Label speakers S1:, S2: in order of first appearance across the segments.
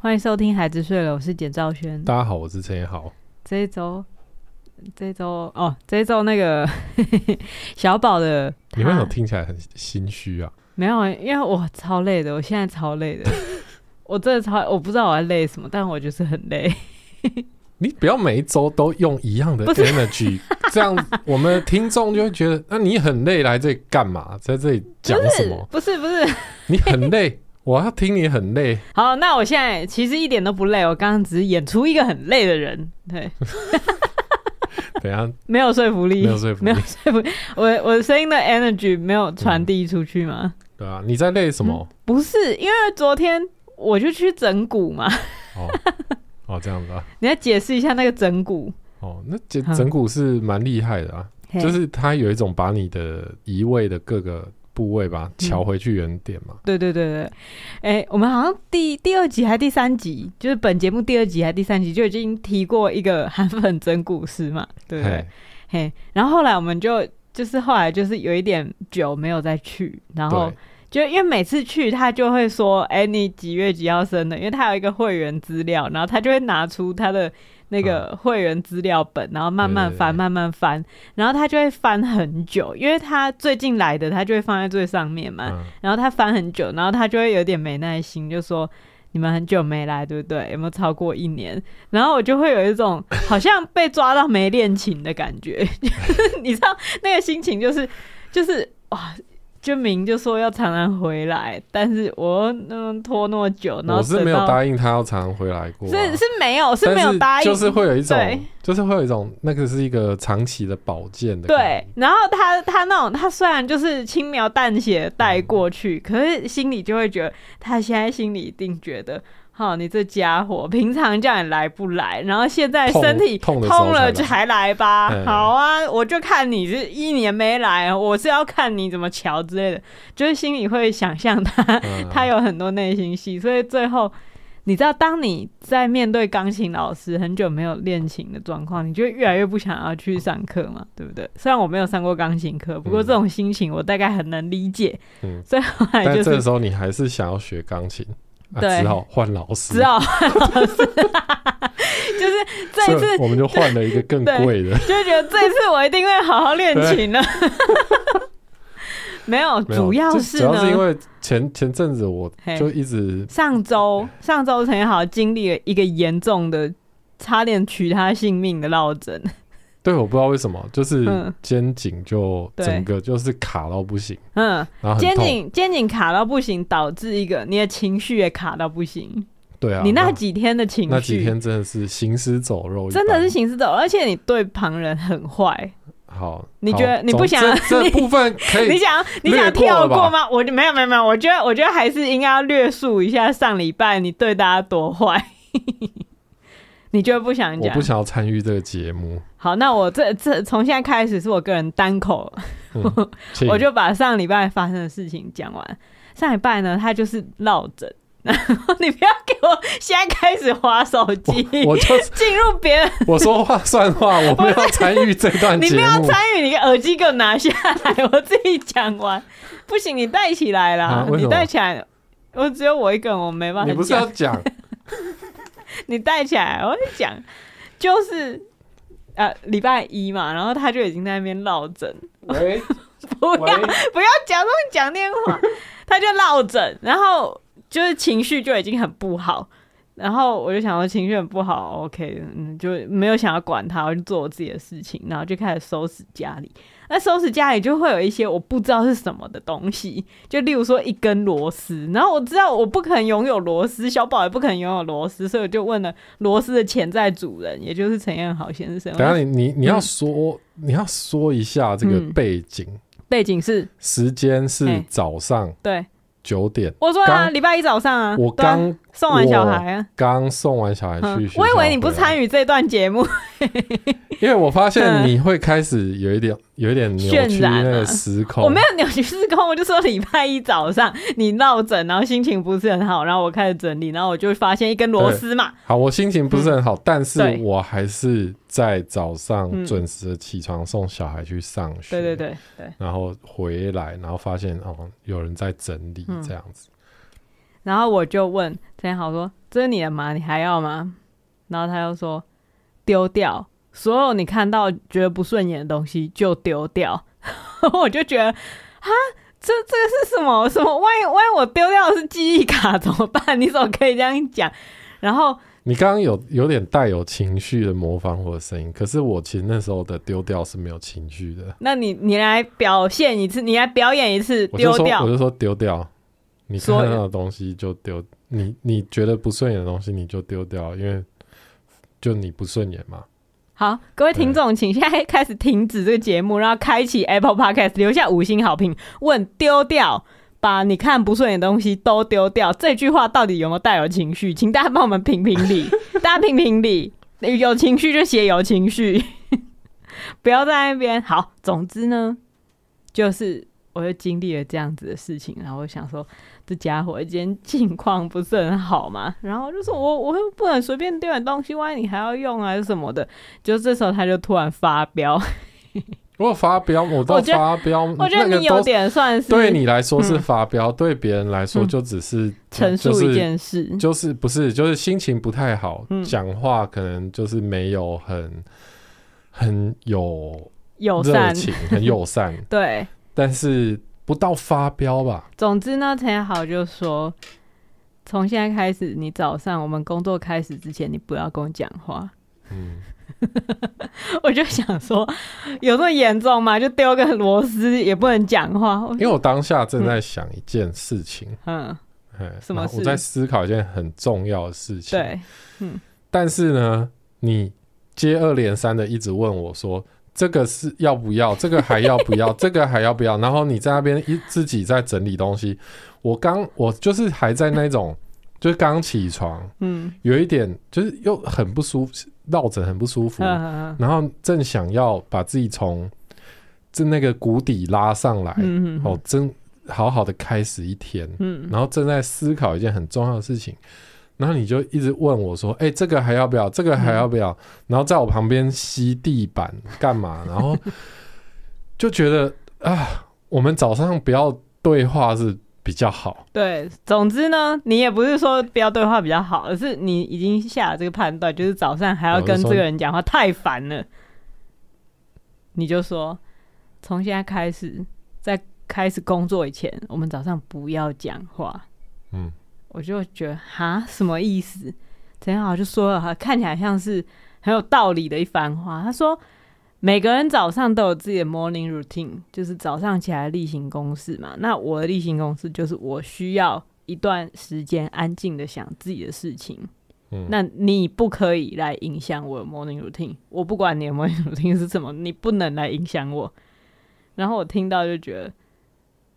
S1: 欢迎收听《孩子睡了》，我是简兆轩。
S2: 大家好，我是陈彦豪。
S1: 这一周，这一周哦，这一周那个 小宝的，
S2: 你为什么
S1: 他
S2: 听起来很心虚啊？
S1: 没有，因为我超累的，我现在超累 的，我真的超，我不知道我在累什么，但我就是很累。
S2: 你不要每一周都用一样的
S1: 不
S2: energy，这样我们听众就会觉得，那、你很累，来这里干嘛？在这里讲什么？
S1: 不是不是，
S2: 你很累，我要听你很累。
S1: 好，那我现在其实一点都不累，我刚刚只是演出一个很累的人， 对，
S2: 等一下，
S1: 没有说服力，
S2: 没有说服
S1: 没
S2: 力
S1: 有说服力，我我声音的 energy 没有传递出去吗？
S2: 对啊，你在累什么？
S1: 不是，因为昨天我就去整蛊嘛，
S2: 哦哦，这样子啊。
S1: 你要解释一下那个整蛊，
S2: 哦，那整
S1: 好
S2: 整骨是蛮厉害的啊，
S1: 嘿
S2: 就是它有一种把你的移位的各个部位吧，
S1: 嗯
S2: 调回去原点嘛。
S1: 对对对对，哎、我们好像第第二集还第三集，就是本节目第二集还第三集就已经提过一个韩粉整蛊师嘛， 对不对
S2: 嘿？，
S1: 嘿，然后后来我们就就是后来就是有一点久没有再去，然后
S2: 对，
S1: 就因为每次去他就会说，哎、你几月几号生的？因为他有一个会员资料，然后他就会拿出他的那个会员资料本，然后慢慢翻，
S2: 啊对对对
S1: 慢慢翻，然后他就会翻很久，因为他最近来的，他就会放在最上面嘛。
S2: 嗯，
S1: 呃然后他翻很久，然后他就会有点没耐心，就说。你们很久没来，对不对？有没有超过一年？然后我就会有一种好像被抓到没恋情的感觉， 就是你知道那个心情、就是，就是哇，就明就说要常常回来，但是我嗯拖那么久，然后
S2: 我是没有
S1: 等到，
S2: 答应他要常回来过、啊，
S1: 是是没有是
S2: 但
S1: 没有答应，
S2: 就是会有一
S1: 对
S2: 种，就是会有一种，那个是一个长期的保健的
S1: 对
S2: 感觉，。
S1: 然后他他那种，他虽然就是轻描淡写地带过去，
S2: 嗯
S1: 可是心里就会觉得，他现在心里一定觉得，好，你这家伙平常叫你来不来，然后现在
S2: 痛
S1: 身体
S2: 痛的时候
S1: 痛了
S2: 才来
S1: 才来吧，
S2: 嗯
S1: 好啊，我就看你是一年没来，我是要看你怎么瞧之类的，就是心里会想象他
S2: 嗯
S1: 他有很多内心戏，所以最后。你知道，当你在面对钢琴老师很久没有练琴的状况，你就会越来越不想要去上课嘛，对不对？虽然我没有上过钢琴课，不过
S2: 嗯
S1: 这种心情我大概很能理解。
S2: 嗯
S1: 所以后来
S2: 但
S1: 就
S2: 这
S1: 是
S2: 个时候你还是想要学钢琴，啊、
S1: 对
S2: 只好换老师，
S1: 只好就是这一
S2: 所
S1: 次
S2: 以我们就换了一个更
S1: 对
S2: 贵的。
S1: 就觉得这次我一定会好好练琴了。 没有，
S2: 没 有
S1: 主要
S2: 这
S1: 是
S2: 主要是因
S1: 呢，
S2: 为前前阵子我
S1: 嘿
S2: 就一直
S1: 上 周上周陈好经历了一个严重的差点取他性命的落枕。
S2: 对我不知道为什么，就是
S1: 嗯
S2: 肩颈就
S1: 对
S2: 整个就是卡到不行，
S1: 嗯，
S2: 然后很
S1: 肩
S2: 痛。
S1: 颈肩颈卡到不行，导致一个你的情绪也卡到不行。
S2: 对啊，
S1: 你那
S2: 那
S1: 几天的情绪，
S2: 那几天真的是行尸走肉一般，
S1: 真的是行尸走肉，而且你对旁人很坏。
S2: 哎好。
S1: 你
S2: 好
S1: 觉得你
S2: 总
S1: 不想
S2: 这这部分可 以
S1: 你想你想
S2: 略过
S1: 跳
S2: 了吧
S1: 过吗？我就没有没有没有，我觉得我觉得还是应该要略述一下上礼拜你对大家多坏。 你就不想
S2: 我
S1: 讲
S2: 不？想要参与这个节目，
S1: 好，那我这这从现在开始是我个人单口
S2: 嗯请
S1: 我就把上礼拜发生的事情讲完。上礼拜呢，他就是落枕， 然后你不要给我现在开始划手机，
S2: 我就是
S1: 进入别人，
S2: 我说话算话，我没有参与这段
S1: 你
S2: 节
S1: 不要
S2: 目
S1: 参与，你耳机给我拿下来，我自己讲完。不行，你戴起来啦，
S2: 啊为什么
S1: 你戴起来。我只有我一个人，我没办法讲。
S2: 你不是要讲
S1: 你戴起来，我就讲，就是呃礼拜一嘛，然后他就已经在那边落枕，
S2: 喂
S1: 不要
S2: 喂，
S1: 不要假装讲电 话，他就落枕，然后就是情绪就已经很不好，然后我就想说情绪很不好，OK，嗯，就没有想要管他，我就做我自己的事情，然后就开始收拾家里。那收拾家里就会有一些我不知道是什么的东西，就例如说一根螺丝，然后我知道我不可能拥有螺丝，小宝也不可能拥有螺丝，所以我就问了螺丝的潜在主人，也就是陈彦豪先生
S2: 等，一下你你你要说你要说一下这个
S1: 嗯
S2: 背景，
S1: 背景是
S2: 时间是
S1: 哎
S2: 早上
S1: 对
S2: 九点，
S1: 我说啊，
S2: 刚
S1: 礼拜一早上啊，
S2: 我
S1: 对啊
S2: 刚
S1: 送完小孩啊。
S2: 刚送完 小孩
S1: 嗯
S2: 去学校，
S1: 我以为你不参
S2: 与，
S1: 与这段节目，
S2: 因为我发现
S1: 嗯
S2: 你会开始有一点有一点扭曲
S1: 渲染啊
S2: 那个时空，
S1: 我没有扭曲时空，我就说礼拜一早上你落枕，然后心情不是很好，然后我开始整理，然后我就发现一根螺丝嘛，
S2: 好，我心情不是很好，但是
S1: 嗯对
S2: 我还是在早
S1: 嗯
S2: 上准时地起床送小孩去上学，
S1: 对对对对，嗯
S2: 然后回来，然后发现哦，有人在整理这样子。
S1: 然后我就问陈彦豪说：“这是你的吗？你还要吗？”然后他又说：“丢掉，所有你看到觉得不顺眼的东西就丢掉。” 我就觉得啊，这这个是什么什么？万一万一我丢掉的是记忆卡怎么办？你怎么可以这样讲？然后
S2: 你刚刚有有点带有情绪的模仿我的声音，可是我其实那时候的丢掉是没有情绪的。
S1: 那你你来表现一次，你来表演一次
S2: 我就
S1: 丢
S2: 说
S1: 掉
S2: 我。就说丢掉，你看
S1: 所有
S2: 到的东西就丢，你你觉得不顺眼的东西你就丢掉，因为就你不顺眼嘛。
S1: 好，各位听众，请现在开始停止这个节目，然后开启 Apple Podcast，留下五星好评，问丢掉。把你看不顺眼的东西都丢掉，这句话到底有没有带有情绪？请大家帮我们评评理，大家评评理，有情绪就写有情绪，不要在那边。好，总之呢，就是我就经历了这样子的事情，然后我想说，这家伙今天境况不是很好嘛，然后就说我我又不能随便丢点东西，万一你还要用啊还是什么的，就这时候他就突然发 飙，
S2: 如果发飙，我到
S1: 我觉得
S2: 发飙，
S1: 我觉
S2: 那
S1: 得
S2: 个
S1: 你有
S2: 都
S1: 点算是
S2: 对你来说是发飙，对别人来说
S1: 嗯
S2: 就只是
S1: 陈述
S2: 啊就是
S1: 一件事，
S2: 就是不是就是心情不太好
S1: 嗯，
S2: 讲、话可能就是没有很很有
S1: 友
S2: 热
S1: 善
S2: 情， 很友善，
S1: 对。
S2: 但是不到发飙吧？
S1: 总之呢，陈彦豪就说，从现在开始，你早上我们工作开始之前，你不要跟我讲话。
S2: 嗯，
S1: 我就想说，有这么严重吗？就丢个螺丝也不能讲话？我
S2: 因为我当下正在想一件事情，
S1: 嗯，
S2: 嘿
S1: 什么
S2: 然后
S1: 事
S2: 我在思考一件很重要的事情。，
S1: 对，
S2: 但是呢，你接二连三的一直问我说。这个是要不要？这个还要 不要？这个还要不要？然后你在那边一自己在整理东西。我刚我就是还在那种，就是刚起床，
S1: 嗯，
S2: 有一点就是又很不舒服，落枕很不舒服。
S1: 嗯
S2: 然后正想要把自己从这那个谷底拉上来，
S1: 嗯
S2: 哦，真好好的开始一天，
S1: 嗯
S2: 然后正在思考一件很重要的事情，然后你就一直问我说：“哎、这个还要不要？这个还要不
S1: 嗯
S2: 要？”然后在我旁边吸地板干嘛？然后就觉得啊，我们早上不要对话是比较好。
S1: 对，总之呢，你也不是说不要对话比较好，而是你已经下了这个判断，就是早上还要跟这个人讲话太烦了，你就说从现在开始，在开始工作以前，我们早上不要讲话。
S2: 嗯，
S1: 我就觉得哈什么意思？陈好就说了哈，看起来像是很有道理的一番话。他说每个人早上都有自己的 morning routine，就是早上起来的例行公事嘛。那我的例行公事就是我需要一段时间安静的想自己的事情。
S2: 嗯
S1: 那你不可以来影响我的 morning routine，我不管你的 morning routine 是什么，你不能来影响我。然后我听到就觉得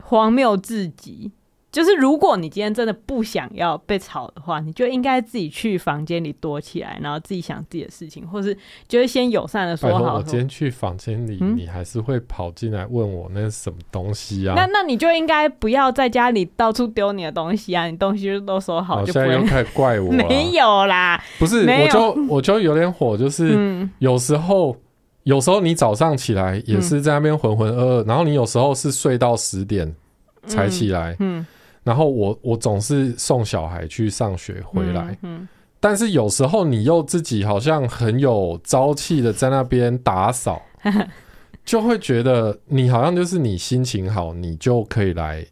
S1: 荒谬至极。就是如果你今天真的不想要被吵的话，你就应该自己去房间里躲起来，然后自己想自己的事情，或是就是先友善的说
S2: 拜托，
S1: 好
S2: 我
S1: 说
S2: 今天去房间里，
S1: 嗯
S2: 你还是会跑进来问我那是什么东西啊？
S1: 那那你就应该不要在家里到处丢你的东西啊，你东西就都收好
S2: 好，
S1: 就
S2: 哦现
S1: 不
S2: 在又
S1: 会。
S2: 开始怪我、啊，
S1: 没有啦，
S2: 不是，
S1: 没
S2: 我
S1: 有
S2: 就我就有点火， 就是
S1: 嗯，
S2: 有时候、有时候你早上起来也是在那边浑浑
S1: 嗯
S2: 噩噩，然后你有时候是睡到十点才起来，
S1: 嗯，
S2: 然后我我总是送小孩去上学回来，
S1: 嗯，
S2: 但是有时候你又自己好像很有朝气的在那边打 扫，就会觉得你好像就是你心情好，你就可以来。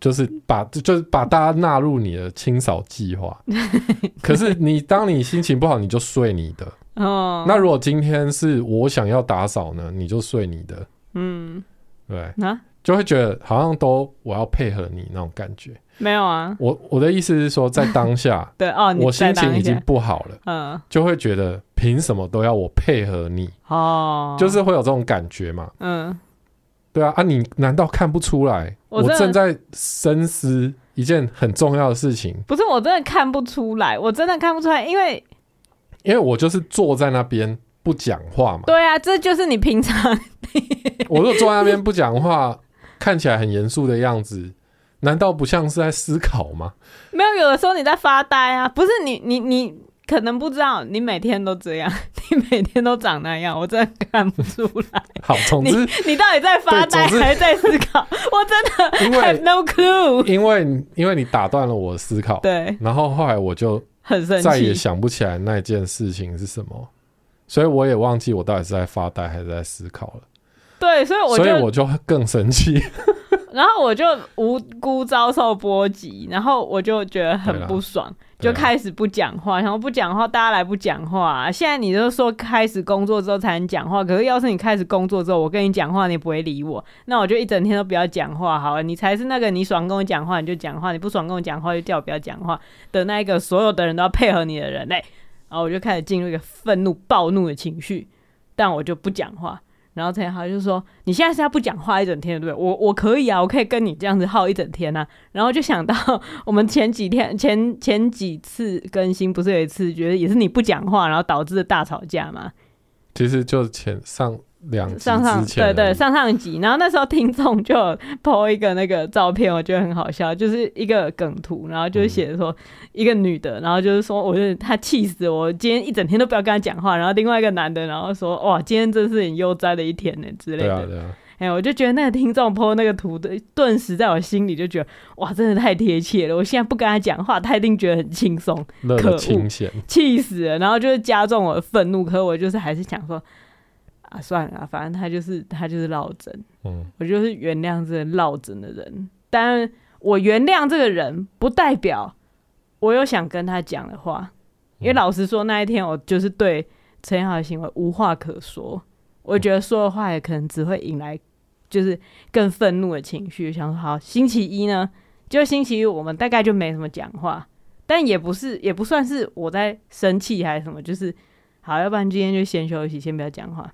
S2: 就是把就是把大家纳入你的清扫计 划，可是你当你心情不好，你就睡你的。
S1: 嗯哦，
S2: 那如果今天是我想要打扫呢，你就睡你的，
S1: 嗯
S2: 对，
S1: 啊，
S2: 就会觉得好像都我要配合你那种感觉。
S1: 没有啊，
S2: 我我的意思是说，在 当下
S1: 对哦，你
S2: 我
S1: 再
S2: 心
S1: 当
S2: 情
S1: 一
S2: 已经
S1: 下，
S2: 不好了，
S1: 嗯，
S2: 就会觉得凭什么都要我配合你，
S1: 哦，
S2: 就是会有这种感觉嘛。
S1: 嗯，
S2: 对啊，啊，你难道看不出来？
S1: 我
S2: 我
S1: 真的
S2: 正在深思一件很重要的事情，
S1: 不是，我真的看不出来，我真的看不出来，因为
S2: 因为我就是坐在那边不讲话嘛。
S1: 对啊，这就是你平常，
S2: 我如果坐在那边不讲话，看起来很严肃的样子，难道不像是在思考吗？
S1: 没有有的时候你在发呆啊，不是你你你可能不知道你每天都这样， 你每天都长那样，我真的看不出来。
S2: 好，总
S1: 你
S2: 之，
S1: 你到底在发呆
S2: 对总之
S1: 还是在思考？我真的
S2: 因
S1: have
S2: 为
S1: no clue。
S2: 因为因为你打断了我的思考，
S1: 对，
S2: 然后后来我就
S1: 很生
S2: 再也
S1: 气。
S2: 想不起来那件事情是什么，所以我也忘记我到底是在发呆还是在思考了，
S1: 对，所以我就
S2: 所以我就更生气。
S1: 然后我就无辜遭受波及，然后我就觉得很
S2: 对啦
S1: 不爽，
S2: 对
S1: 就
S2: 啦
S1: 开始不讲话。然后不讲话，大家来不讲话、现在你就说开始工作之后才能讲话，可是要是你开始工作之后，我跟你讲话，你不会理我，那我就一整天都不要讲话好了。你才是那个你爽跟我讲话你就讲话，你不爽跟我讲话就叫我不要讲话的那一个，所有的人都要配合你的人类。哎然后我就开始进入一个愤怒、暴怒的情绪，但我就不讲话。然后陈豪就说：“你现在是要不讲话一整天，对不对？我我可以啊，我可以跟你这样子耗一整天啊。”然后就想到我们前几天 前前几次更新，不是有一次觉得也是你不讲话，然后导致的大吵架嘛？
S2: 其实就前上两集
S1: 上上
S2: 之前而
S1: 对
S2: 已，
S1: 对上上集，然后那时候听众就有 po 一个那个照片，我觉得很好笑，就是一个梗图，然后就写说
S2: 嗯
S1: 一个女的，然后就是说我就是她气死我，今天一整天都不要跟她讲话，然后另外一个男的，然后说哇今天真是很悠哉的一天呢之类
S2: 对
S1: 的，
S2: 啊对啊，
S1: 哎、我就觉得那个听众 po 那个图的，顿时在我心里就觉得哇真的太贴切了，我现在不跟他讲话，他一定觉得很轻松，
S2: 乐
S1: 可
S2: 得
S1: 恶
S2: 清闲，
S1: 气死了，然后就是加重我的愤怒，可我就是还是想说，啊，算了啊，反正他就是他就是落枕，
S2: 嗯，
S1: 我就是原谅这个落枕的人，但我原谅这个人不代表我有想跟他讲的话，因为
S2: 嗯
S1: 老实说那一天我就是对陈彦豪的行为无话可说，我觉得说的话也可能只会引来就是更愤怒的情绪，想说好星期一呢，就星期一我们大概就没什么讲话，但也不是也不算是我在生气还是什么，就是好，要不然今天就先休息，先不要讲话。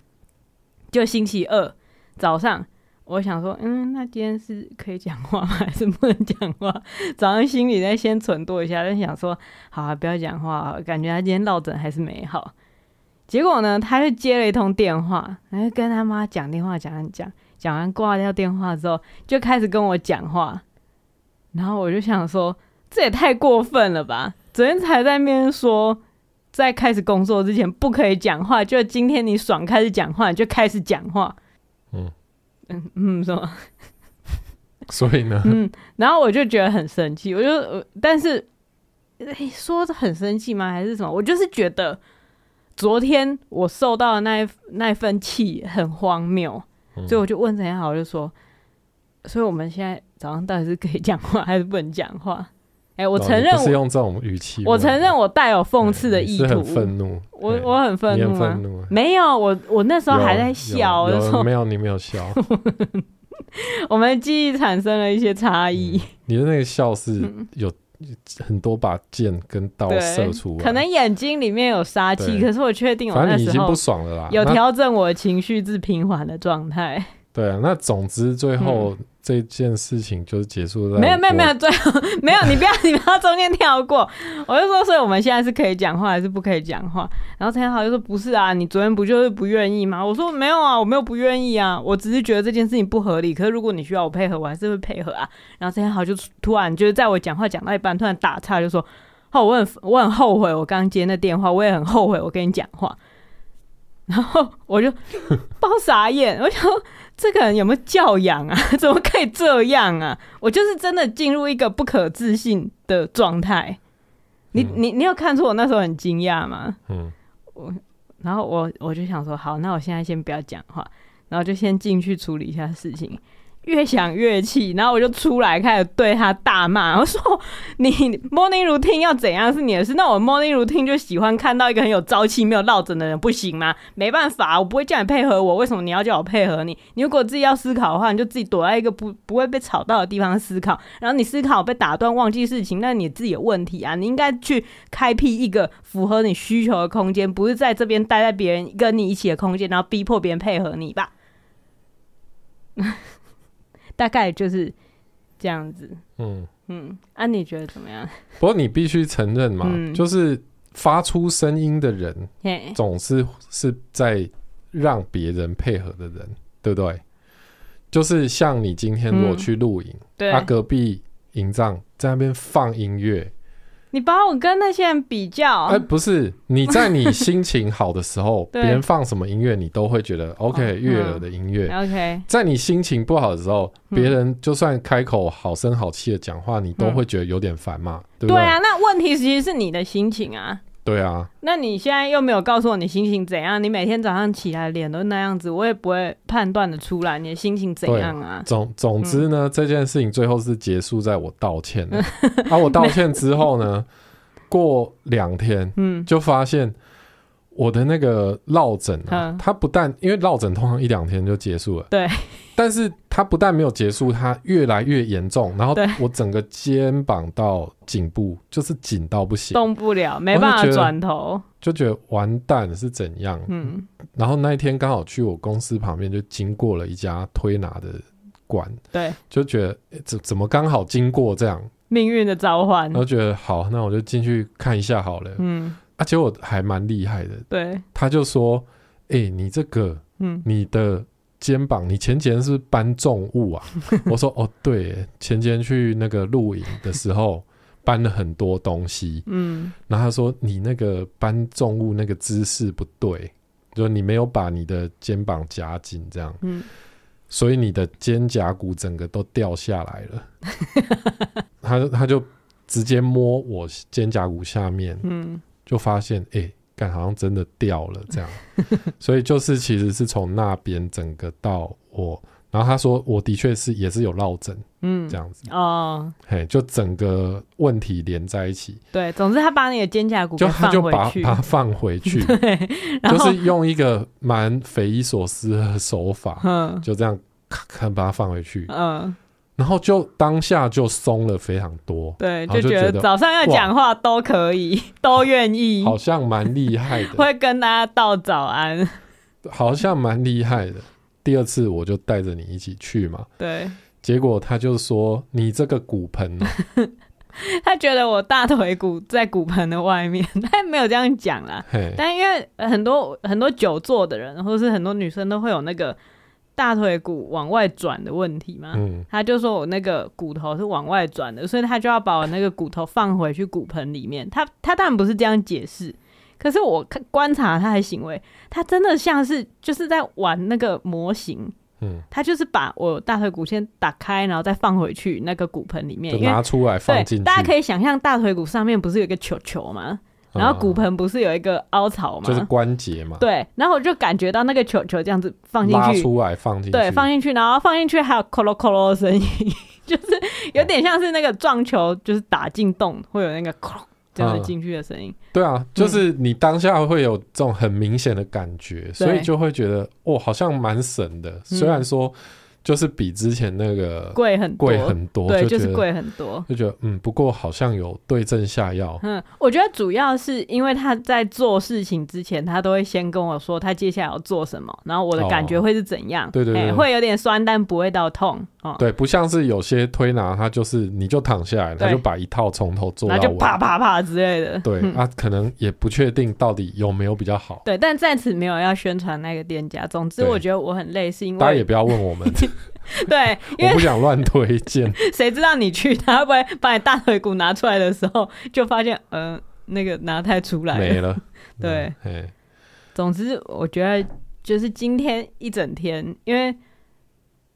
S1: 就星期二早上，我想说，嗯，那今天是可以讲话吗？ 还是不能讲话？ 早上心里在先存多一下，在想说，好、啊，不要讲话啊，感觉他今天落枕还是没好。结果呢，他就接了一通电话，然后跟他妈讲电话，讲讲讲，讲完挂掉电话之后，就开始跟我讲话，然后我就想说，这也太过分了吧！昨天才在那边说，在开始工作之前不可以讲话，就今天你爽开始讲话，你就开始讲话。
S2: 嗯
S1: 嗯嗯，什么？
S2: 所以 呢，
S1: 嗯，然后我就觉得很生气，我就，呃但是、诶说很生气吗？还是什么？我就是觉得昨天我受到的那一那一份气很荒谬，
S2: 嗯
S1: 所以我就问陈彦豪，我就说，所以我们现在早上到底是可以讲话还是不能讲话？哎、我
S2: 哦
S1: 承
S2: 你
S1: 认
S2: 不是
S1: 我，
S2: 用这种语气问的，
S1: 我承认我带有讽刺的
S2: 对你
S1: 意
S2: 是很
S1: 图，
S2: 愤怒，
S1: 我
S2: 对
S1: 我很愤
S2: 你
S1: 怒
S2: 很
S1: 吗
S2: 愤？怒啊，
S1: 没有，我我那时候
S2: 有
S1: 还在
S2: 有
S1: 笑，啊我
S2: 有
S1: 就说
S2: 没有你没有笑，
S1: 我们记忆产生了一些差异。
S2: 嗯你的那个笑是
S1: 嗯
S2: 有很多把剑跟刀
S1: 对
S2: 射出来，
S1: 可能眼睛里面有杀气，
S2: 啊对
S1: 可是我确定我
S2: 反
S1: 那
S2: 正你已
S1: 时
S2: 经
S1: 候
S2: 不爽了啦。
S1: 有
S2: 那
S1: 调整我的情绪至平缓的状态。
S2: 对啊，那总之最后这件事情就是结束
S1: 嗯
S2: 在
S1: 没有没有没
S2: 我
S1: 有，，最后没有，你不要你不要中间跳过。我就说，所以我们现在是可以讲话还是不可以讲话？然后陈好就说不是啊，你昨天不就是不愿意吗？我说没有啊，我没有不愿意啊，我只是觉得这件事情不合理。可是如果你需要我配合，我还是会配合啊。然后陈好就突然就是在我讲话讲到一半，突然打岔就说：“哦，我很我很后悔我刚接那电话，我也很后悔我跟你讲话。”然后我就爆傻眼，我想说这个人有没有教养啊？ 怎么可以这样啊？我就是真的进入一个不可置信的状态。你
S2: 嗯
S1: 你你有看出我那时候很惊讶吗？
S2: 嗯，
S1: 然后我我就想说，好，那我现在先不要讲话，然后就先进去处理一下事情。越想越气，然后我就出来开始对他大骂，我说：“你 morning routine 要怎样是你的事，那我 morning routine 就喜欢看到一个很有朝气、没有落枕的人，不行吗？没办法，我不会叫你配合我，为什么你要叫我配合你？你如果自己要思考的话，你就自己躲在一个不不会被吵到的地方思考，然后你思考被打断，忘记事情，那你自己的问题啊，你应该去开辟一个符合你需求的空间，不是在这边待在别人跟你一起的空间，然后逼迫别人配合你吧。 大概就是这样子。
S2: 嗯，
S1: 嗯，啊，你觉得怎么样？
S2: 不过你必须承认嘛，
S1: 嗯
S2: 就是发出声音的人
S1: 嘿，
S2: 总是是在让别人配合的人，对不对？就是像你今天如果
S1: 嗯
S2: 啊去露营，
S1: 对
S2: 他、，隔壁营帐在那边放音乐，
S1: 你把我跟那些人比较，
S2: 哎，不是，你在你心情好的时候，别
S1: 啊 对
S2: 人放什么音乐，你都会觉得 OK
S1: 嗯
S2: 悦耳的音乐。
S1: OK，
S2: 在你心情不好的时候，
S1: 嗯
S2: 别人就算开口好声好气的讲话，你都会觉得有点烦嘛，对
S1: 对
S2: 不对？
S1: 啊，那问题其实是你的心情啊。
S2: 对啊，
S1: 那你现在又没有告诉我你心情怎样，你每天早上起来脸都那样子，我也不会判断的出来你的心情怎样啊。
S2: 总总之呢，这件事情最后是结束在我道 歉了。啊，我道歉之后呢，过两天
S1: 嗯，
S2: 就发现我的那个落枕啊
S1: 嗯，
S2: 它不但因为落枕通常一两天就结束了，
S1: 对，
S2: 但是它不但没有结束，它越来越严重，然后
S1: 对
S2: 我整个肩膀到颈部就是紧到不行，
S1: 动不了，没办
S2: 我就
S1: 法
S2: 觉得
S1: 转头。
S2: 就觉得完蛋是怎样。
S1: 嗯，
S2: 然后那一天刚好去我公司旁边就经过了一家推拿的馆，
S1: 对，
S2: 就觉得诶怎怎么刚好经过这样，
S1: 命运的召唤
S2: 然。后觉得好，那我就进去看一下好了。
S1: 嗯，
S2: 啊，结果还蛮厉害的，
S1: 对，
S2: 他就说：“哎、你这个
S1: 嗯，
S2: 你的肩膀，你前几天是不是搬重 物啊？”我说：“哦，对耶，前几天去那个露营的时候搬了很多东西。
S1: 嗯，”
S2: 然后他说：“你那个搬重物那个姿势不对，就是你没有把你的肩膀夹紧，这样，
S1: 嗯，
S2: 所以你的肩胛骨整个都掉下来了。 他”就他就直接摸我肩胛骨下面，
S1: 嗯，
S2: 就发现哎，诶干、好像真的掉了这样， 所以就是其实是从那边整个到我，然后他说我的确是也是有落枕
S1: 嗯
S2: 这，样子，
S1: 哦，
S2: 嘿，就整个问题连在一起，
S1: 对，总之他把你的肩胛骨
S2: 就
S1: 给
S2: 他
S1: 放
S2: 就把
S1: 回去，
S2: 把它放回去，
S1: 然
S2: 就
S1: 后
S2: 是，用一个蛮匪夷所思的手 法，
S1: 嗯
S2: 就这样咔咔把它放回去，
S1: 嗯，
S2: 然后就当下就松了非常多，
S1: 对，
S2: 然后就
S1: 觉
S2: 觉
S1: 得
S2: 得
S1: 早上要讲话都可以， 都愿意，
S2: 好像蛮厉害的，
S1: 会跟大家道早安。
S2: 好像蛮厉害的。第二次我就带着你一起去嘛，
S1: 对
S2: 结果他就说：“你这个骨 盆哦、
S1: 他觉得我大腿骨在骨盆的外面， 他也没有这样讲啦。
S2: 嘿，
S1: 但因为呃很多很多久坐的人，或是很多女生都会有那个大腿骨往外转的问题嘛。
S2: 嗯，
S1: 他就说我那个骨头是往外转的，所以他就要把我那个骨头放回去骨盆里面。他他当然不是这样解释，可是我看观察他的行为，他真的像是就是在玩那个模型，
S2: 嗯，
S1: 他就是把我大腿骨先打开，然后再放回去那个骨盆里面，
S2: 就
S1: 因为
S2: 拿出来放
S1: 对
S2: 进去，
S1: 大家可以想象大腿骨上面不是有一个球球吗？然后骨
S2: 嗯、
S1: 盆不是有一个凹槽吗？
S2: 就是关节嘛，
S1: 对，然后我就感觉到那个球球这样子放进
S2: 拉
S1: 去，
S2: 出来放进去，
S1: 对，放进去，然后放进去还有咯咯咯咯的声音， 就是有点像是那个撞球，就是打进洞会有那个咯这样子
S2: 嗯
S1: 进去的声音。
S2: 对啊，就是你当下会有这种很明显的感觉，
S1: 嗯
S2: 所以就会觉得哦，好像蛮神的，虽然说就是比之前那个
S1: 贵很多，
S2: 呃贵很多，
S1: 对，
S2: 就
S1: 就
S2: 觉
S1: 是
S2: 得
S1: 贵很多。
S2: 就觉得嗯，不过好像有对症下药，
S1: 嗯，我觉得主要是因为他在做事情之前，他都会先跟我说他接下来要做什么，然后我的感觉
S2: 哦
S1: 会是怎样，
S2: 对对对
S1: 哎会有点酸，但不会到痛哦。
S2: 对，不像是有些推拿，他就是你就躺下来，他
S1: 对
S2: 就把一套从头做
S1: 然
S2: 到
S1: 后就
S2: 尾，
S1: 啪啪啪之类的。
S2: 对、
S1: 嗯
S2: 啊，可能也不确定到底有没有比较好。
S1: 对，但在此没有要宣传那个店家。总之，
S2: 对
S1: 我觉得我很累，是因
S2: 大家也
S1: 为
S2: 不要问我 们，
S1: 对，因
S2: 我
S1: 为
S2: 不想乱推 荐。
S1: 谁知道你去，他会不会把你大腿骨拿出来的时候，就发现嗯、呃那个拿太出来
S2: 没
S1: 了。
S2: 了。
S1: 对
S2: 嗯，哎，
S1: 总之，我觉得就是今天一整天，因为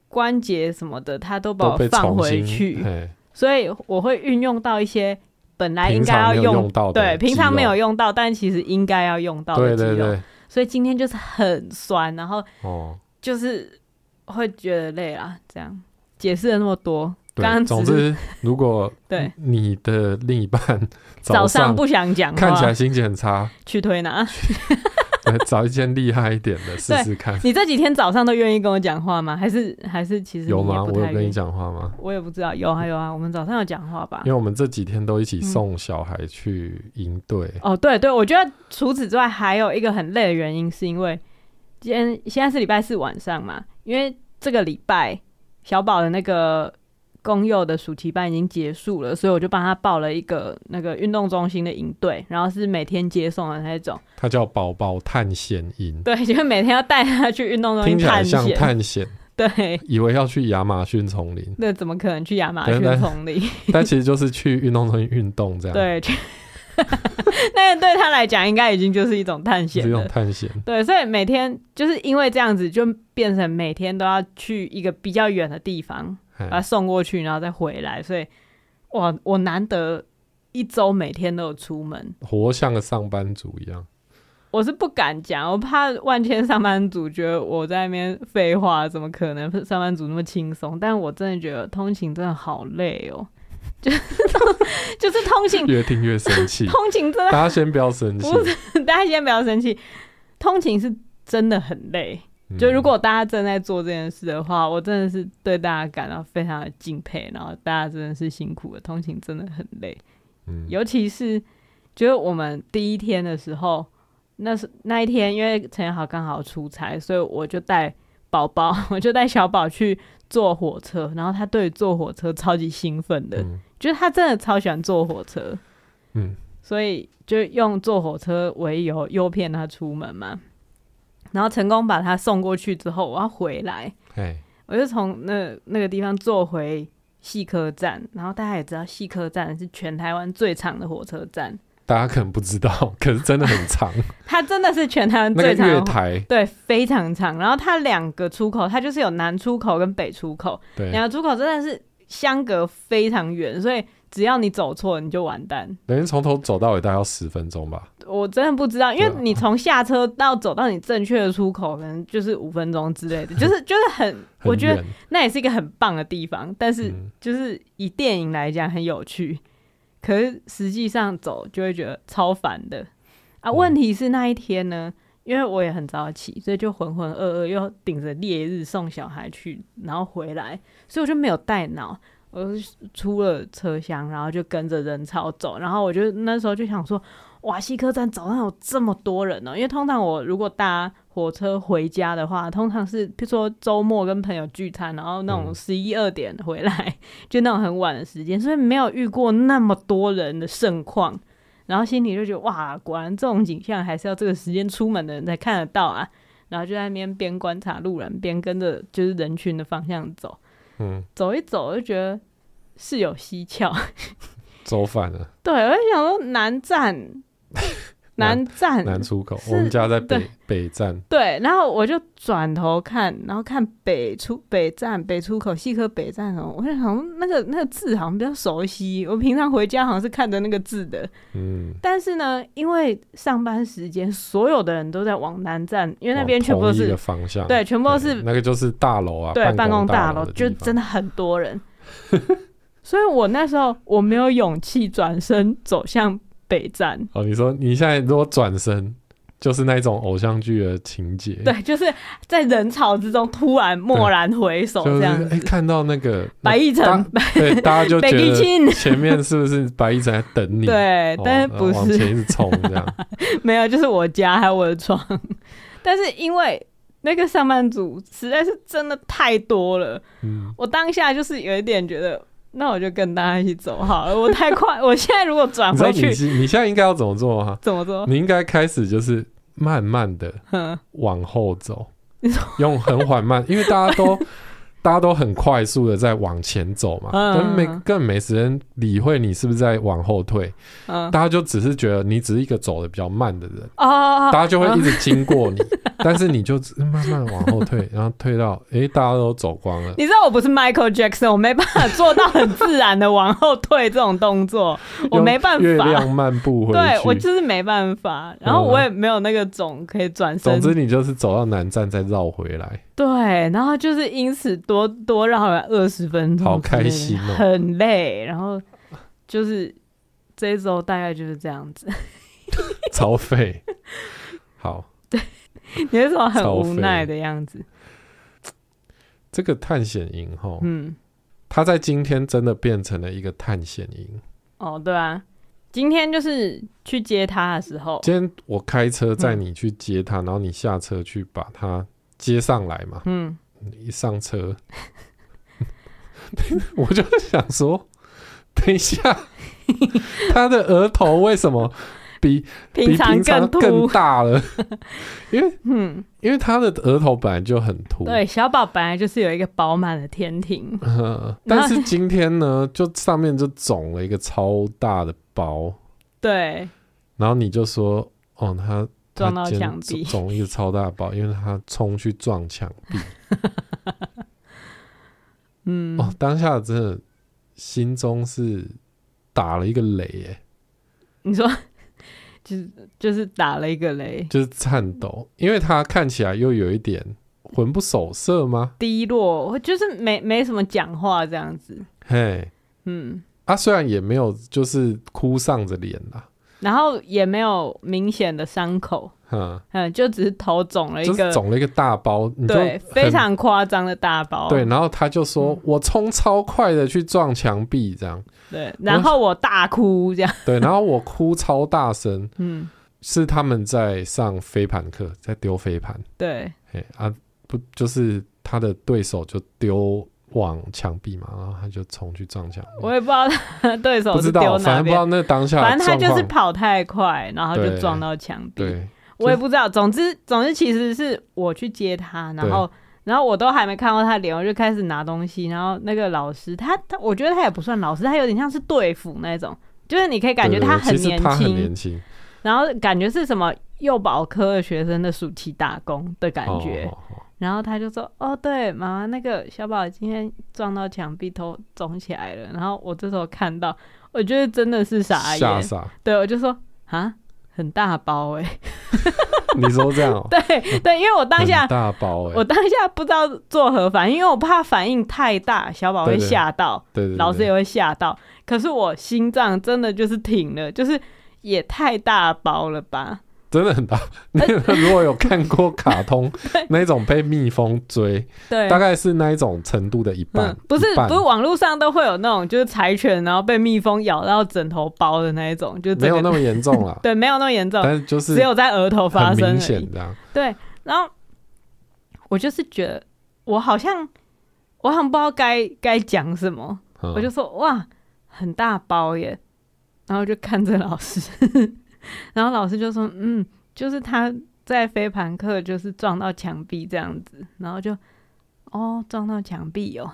S1: 关节什么的，他都把
S2: 都
S1: 我
S2: 被
S1: 放
S2: 重
S1: 回
S2: 新
S1: 去，
S2: 哎，
S1: 所以我会运用到一些本来应
S2: 平
S1: 该
S2: 常
S1: 要
S2: 没有
S1: 用
S2: 用到的
S1: 对，平常
S2: 肌
S1: 没有
S2: 肉
S1: 用到，但其实应该要用到的
S2: 对
S1: 肌肉。
S2: 对对，
S1: 所以今天就是很酸，然后
S2: 哦，
S1: 就是会觉得累啦。这样解释了那么多，刚
S2: 对。
S1: 刚
S2: 总
S1: 只是
S2: 之，如果
S1: 对
S2: 你的另一半
S1: 早
S2: 上
S1: 上不啊想讲话，
S2: 看起来心情很差，
S1: 去推拿。
S2: 对找一件厉害一点的试
S1: 对
S2: 试看。
S1: 你这几天早上都愿意跟我讲话吗？还是还是其实
S2: 有
S1: 你也
S2: 吗？
S1: 不
S2: 我
S1: 太
S2: 有跟
S1: 愿
S2: 你
S1: 意，
S2: 讲嗯话吗？
S1: 我也不知道。有啊有啊，我们早上有讲话吧
S2: 因？为我们这几天都一起
S1: 嗯
S2: 送小孩去营队，
S1: 哦，对对，我觉得除此之外还有一个很累的原因，是因为今天现在是礼拜四晚上嘛，因为这个礼拜小宝的那个公幼的暑期班已经结束了，所以我就帮他报了一个那个运动中心的营队，然后是每天接送的那种，
S2: 它叫宝宝探险营，
S1: 对，就是每天要带他去运动中心
S2: 听起来
S1: 探
S2: 像
S1: 险，
S2: 探险，
S1: 对，
S2: 以为要去亚马逊丛林，
S1: 那怎么可能去亚马逊
S2: 对对
S1: 丛林？
S2: 但其实就是去运动中心运动这样，，
S1: 对， 去那个对他来讲应该已经就是一种探
S2: 是
S1: 险
S2: 一种
S1: 了。
S2: 探险。
S1: 对，所以每天就是因为这样子，就变成每天都要去一个比较远的地方，
S2: 哎
S1: 把它送过去，然后再回来。所以，哇，我难得一周每天都有出门，
S2: 活像个上班族一样，
S1: 我是不敢讲，我怕万千上班族觉得我在那边废话，怎么可能上班族那么轻松？但我真的觉得通勤真的好累哦， 就是就是通勤，
S2: 越听越 生气。
S1: 通勤真的
S2: 大家先不要生气，
S1: 不 大家先不要生气，通勤是真的很累。
S2: 嗯
S1: 就如果大家正在做这件事的话，我真的是对大家感到非常的敬佩，然后大家真的是辛苦了，通勤真的很累，
S2: 嗯
S1: 尤其是就是我们第一天的时候，那是那一天，因为陈彦豪刚好出差，所以我就带宝宝， 我就带小宝去坐火车，然后他对坐火车超级兴奋的，
S2: 嗯
S1: 就是他真的超喜欢坐火车，
S2: 嗯，
S1: 所以就用坐火车为由诱骗他出门嘛，然后成功把他送过去之后，我要回来，
S2: 哎，
S1: 我就从那那个地方坐回细科站，然后大家也知道细科站是全台湾最长的火车站，
S2: 大家可能不知道，可是真的很 长，
S1: 它真的是全台湾
S2: 那个
S1: 最长的
S2: 月
S1: 火
S2: 台，
S1: 对，非常长。然后它两个出口，它就是有南出口跟北出口，
S2: 对，
S1: 两个出口真的是相隔非常远，所以只要你走错，你就完蛋。
S2: 等于从头走到尾大概要十分钟吧，
S1: 我真的不知道，因为
S2: 对啊
S1: 你从下车到走到你正确的出口，可能就是五分钟之类的，就是就是很，
S2: 很
S1: 我觉得
S2: 远
S1: 那也是一个很棒的地方，但是
S2: 嗯
S1: 就是以电影来讲很有趣，可是实际上走就会觉得超烦的啊。
S2: 嗯
S1: 问题是那一天呢，因为我也很早起，所以就浑浑噩噩，又顶着烈日送小孩去，然后回来，所以我就没有带脑。我就出了车厢，然后就跟着人潮走，然后我就那时候就想说，哇，西客站早上有这么多人哦呢、因为通常我如果搭火车回家的话，通常是譬如说周末跟朋友聚餐，然后那种
S2: 嗯
S1: 十一二点回来，就那种很晚的时间，所以没有遇过那么多人的盛况。然后心里就觉得哇，果然这种景象还是要这个时间出门的人才看得到啊。然后就在那边边观察路人，边跟着就是人群的方向走，
S2: 嗯，
S1: 走一走就觉得是有蹊跷。
S2: 走反了，
S1: 对，我就想说南 站，南站，
S2: 南出口，
S1: 嗯是
S2: 我们家在北
S1: 对
S2: 北站，
S1: 对，然后我就转头看，然后看北出北站、北出口、西科北站什么，我就想说那个那个字好像比较熟悉，我平常回家好像是看着那个字的，
S2: 嗯，
S1: 但是呢，因为上班时间，所有的人都在往南站，因为那边
S2: 往
S1: 全部都
S2: 哦同一
S1: 是
S2: 个方向，
S1: 对，全部都
S2: 对
S1: 是
S2: 那个就是大楼啊，
S1: 对
S2: 办
S1: 公
S2: 大
S1: 楼，
S2: 的
S1: 就
S2: 地方
S1: 真的很多人， 所以我那时候我没有勇气转身走向北站，
S2: 哦，你说你现在如果转身，就是那种偶像剧的情节，，
S1: 对，就是在人潮之中突然蓦然回首
S2: 就
S1: 这
S2: 是
S1: 样
S2: 哎、
S1: 子。
S2: 看到那哦个
S1: 白亦晨
S2: 大，对，大 家就
S1: 北
S2: 觉
S1: 极
S2: 得
S1: 庆，
S2: 前面是不是白亦晨在等你？
S1: 对
S2: 哦，，
S1: 但是
S2: 然后
S1: 不
S2: 往
S1: 是，
S2: 前一直冲这 样，
S1: 没有，就是我家还有我的床，但是因为那个上班族实在是真的太多了，
S2: 嗯，
S1: 我当下就是有一点觉得，那我就跟大家一起走好了，我太快，我现在如果转
S2: 你知道
S1: 啊回
S2: 你
S1: 去
S2: 是你现在应该要怎么做吗？
S1: 怎么做？
S2: 你应该开始就是慢慢的
S1: 嗯，
S2: 往后走
S1: 你说，
S2: 用很缓慢，因为大 家都大家都很快速的在往前走嘛，
S1: 嗯
S2: 但没根本没时间理会你是不是在往后退，
S1: 嗯，
S2: 大家就只是觉得你只是一个走的比较慢的人，
S1: 哦哦，哦
S2: 大家就会一直经 过你，但是你就只是慢慢地往后退，然后退到诶、大家都走光了，
S1: 你知道我不是 Michael Jackson，我没办法做到很自然的往后退这种动作， 我
S2: 用
S1: 没办
S2: 月
S1: 法。
S2: 亮漫步回去，
S1: 对我就是没办法，然后我也没有那个种可以转身。
S2: 总之你就是走到南站再绕回来，
S1: 对，然后就是因此多多绕了二十分钟，
S2: 好开心哦
S1: 很累。然后就是这一周大概就是这样子。
S2: 超费，好。
S1: 你为什么很
S2: 超
S1: 无
S2: 废
S1: 奈的样子？
S2: 这个探险营哈，
S1: 嗯，
S2: 它在今天真的变成了一个探险营。
S1: 哦，对啊，今天就是去接他的时候，
S2: 今天我开车载你去接他，然后你下车去把他接上来嘛。
S1: 嗯，
S2: 你一上车， 我就 想说，等一下，他的额头为什么比比
S1: 平常
S2: 平常
S1: 凸，
S2: 更大了，因为
S1: 嗯，
S2: 因为他的额头本来就很凸，
S1: 对，小宝本来就是有一个饱满的天庭，
S2: 嗯，但是今天呢，就上面就肿了一个超大的包，
S1: 对，
S2: 然后你就说，哦，他
S1: 撞到墙
S2: 他今
S1: 壁
S2: 天，肿肿一个超大的包，因为他冲去撞墙壁。
S1: 嗯，
S2: 哦，当下真的心中是打了一个雷，耶，
S1: 你说 就是就是打了一个雷，
S2: 就是颤抖，因为他看起来又有一点魂不守舍吗？
S1: 低落，就是没没什么讲话这样子，
S2: 嘿，
S1: 嗯，
S2: 他、虽然也没有就是哭丧着脸啦，
S1: 然后也没有明显的伤口，
S2: 嗯，
S1: 嗯，就只是头肿了一
S2: 就是
S1: 个，
S2: 肿了一个大包，你就
S1: 对，
S2: 很
S1: 非常夸张的大包，
S2: 对，然后他就说：“
S1: 哦嗯
S2: 我冲超快的去撞墙壁，这样。
S1: 对，然后我大哭这样，”
S2: 对，然后我哭超大声，
S1: 嗯，
S2: 是他们在上飞盘课，在丢飞盘。
S1: 对，
S2: 哎啊，不就是他的对手就丢往墙壁嘛，然后他就冲去撞墙壁。
S1: 我也不知道他对手
S2: 不
S1: 是
S2: 知
S1: 丢
S2: 道，
S1: 哪
S2: 反正不知
S1: 边
S2: 道。那当下
S1: 反
S2: 的
S1: 正他
S2: 状
S1: 就是
S2: 况。
S1: 跑太快，然后就
S2: 对
S1: 撞到墙壁。
S2: 对，
S1: 我也不知道，总之总之其实是我去接他，然后然后我都还没看到他脸，我就开始拿东西，然后那个老师他他，我觉得他也不算老师，他有点像是队服那种，就是你可以感觉
S2: 对
S1: 他
S2: 对其实
S1: 年
S2: 他很
S1: 轻，
S2: 年轻，
S1: 然后感觉是什么幼保科的学生的暑期打工的感觉，
S2: 哦哦哦
S1: 然后他就说：“哦，对，妈妈，那个小宝今天撞到墙壁，头肿起来了。”然后我这时候看到，我觉得真的是傻
S2: 吓
S1: 眼，
S2: 傻。
S1: 对我就说：“啊，很大包哎、，
S2: 你说这样 哦
S1: 对对，因为我 当下
S2: 很大包哎
S1: 我，当下不知道作何反应，因为我怕反应太大，小宝会
S2: 对对
S1: 吓到，
S2: 对对，对
S1: 老师也会吓到。可是我心脏真的就是停了，就是也太大包了吧？
S2: 真的 很大。那个如果有看过卡通那种被蜜蜂追，
S1: 对，
S2: 大概是那一种程度的一半
S1: 嗯，，不是
S2: 一半
S1: 不是，网络上都会有那种就是柴犬然后被蜜蜂咬到枕头包的那一种，就
S2: 没有那
S1: 么，
S2: 么严重啦
S1: 对，没有那么严重，
S2: 但是就
S1: 只
S2: 是
S1: 有在额头发
S2: 很
S1: 生而
S2: 明
S1: 已
S2: 显。这样。
S1: 对，然后我就是觉得我好像我好像不知道该该讲什么，
S2: 嗯
S1: 我就说哇，很大包耶，然后就看着老师， 然后老师就说嗯，就是他在飞盘课就是撞到墙壁这样子，然后就哦撞到墙壁哦，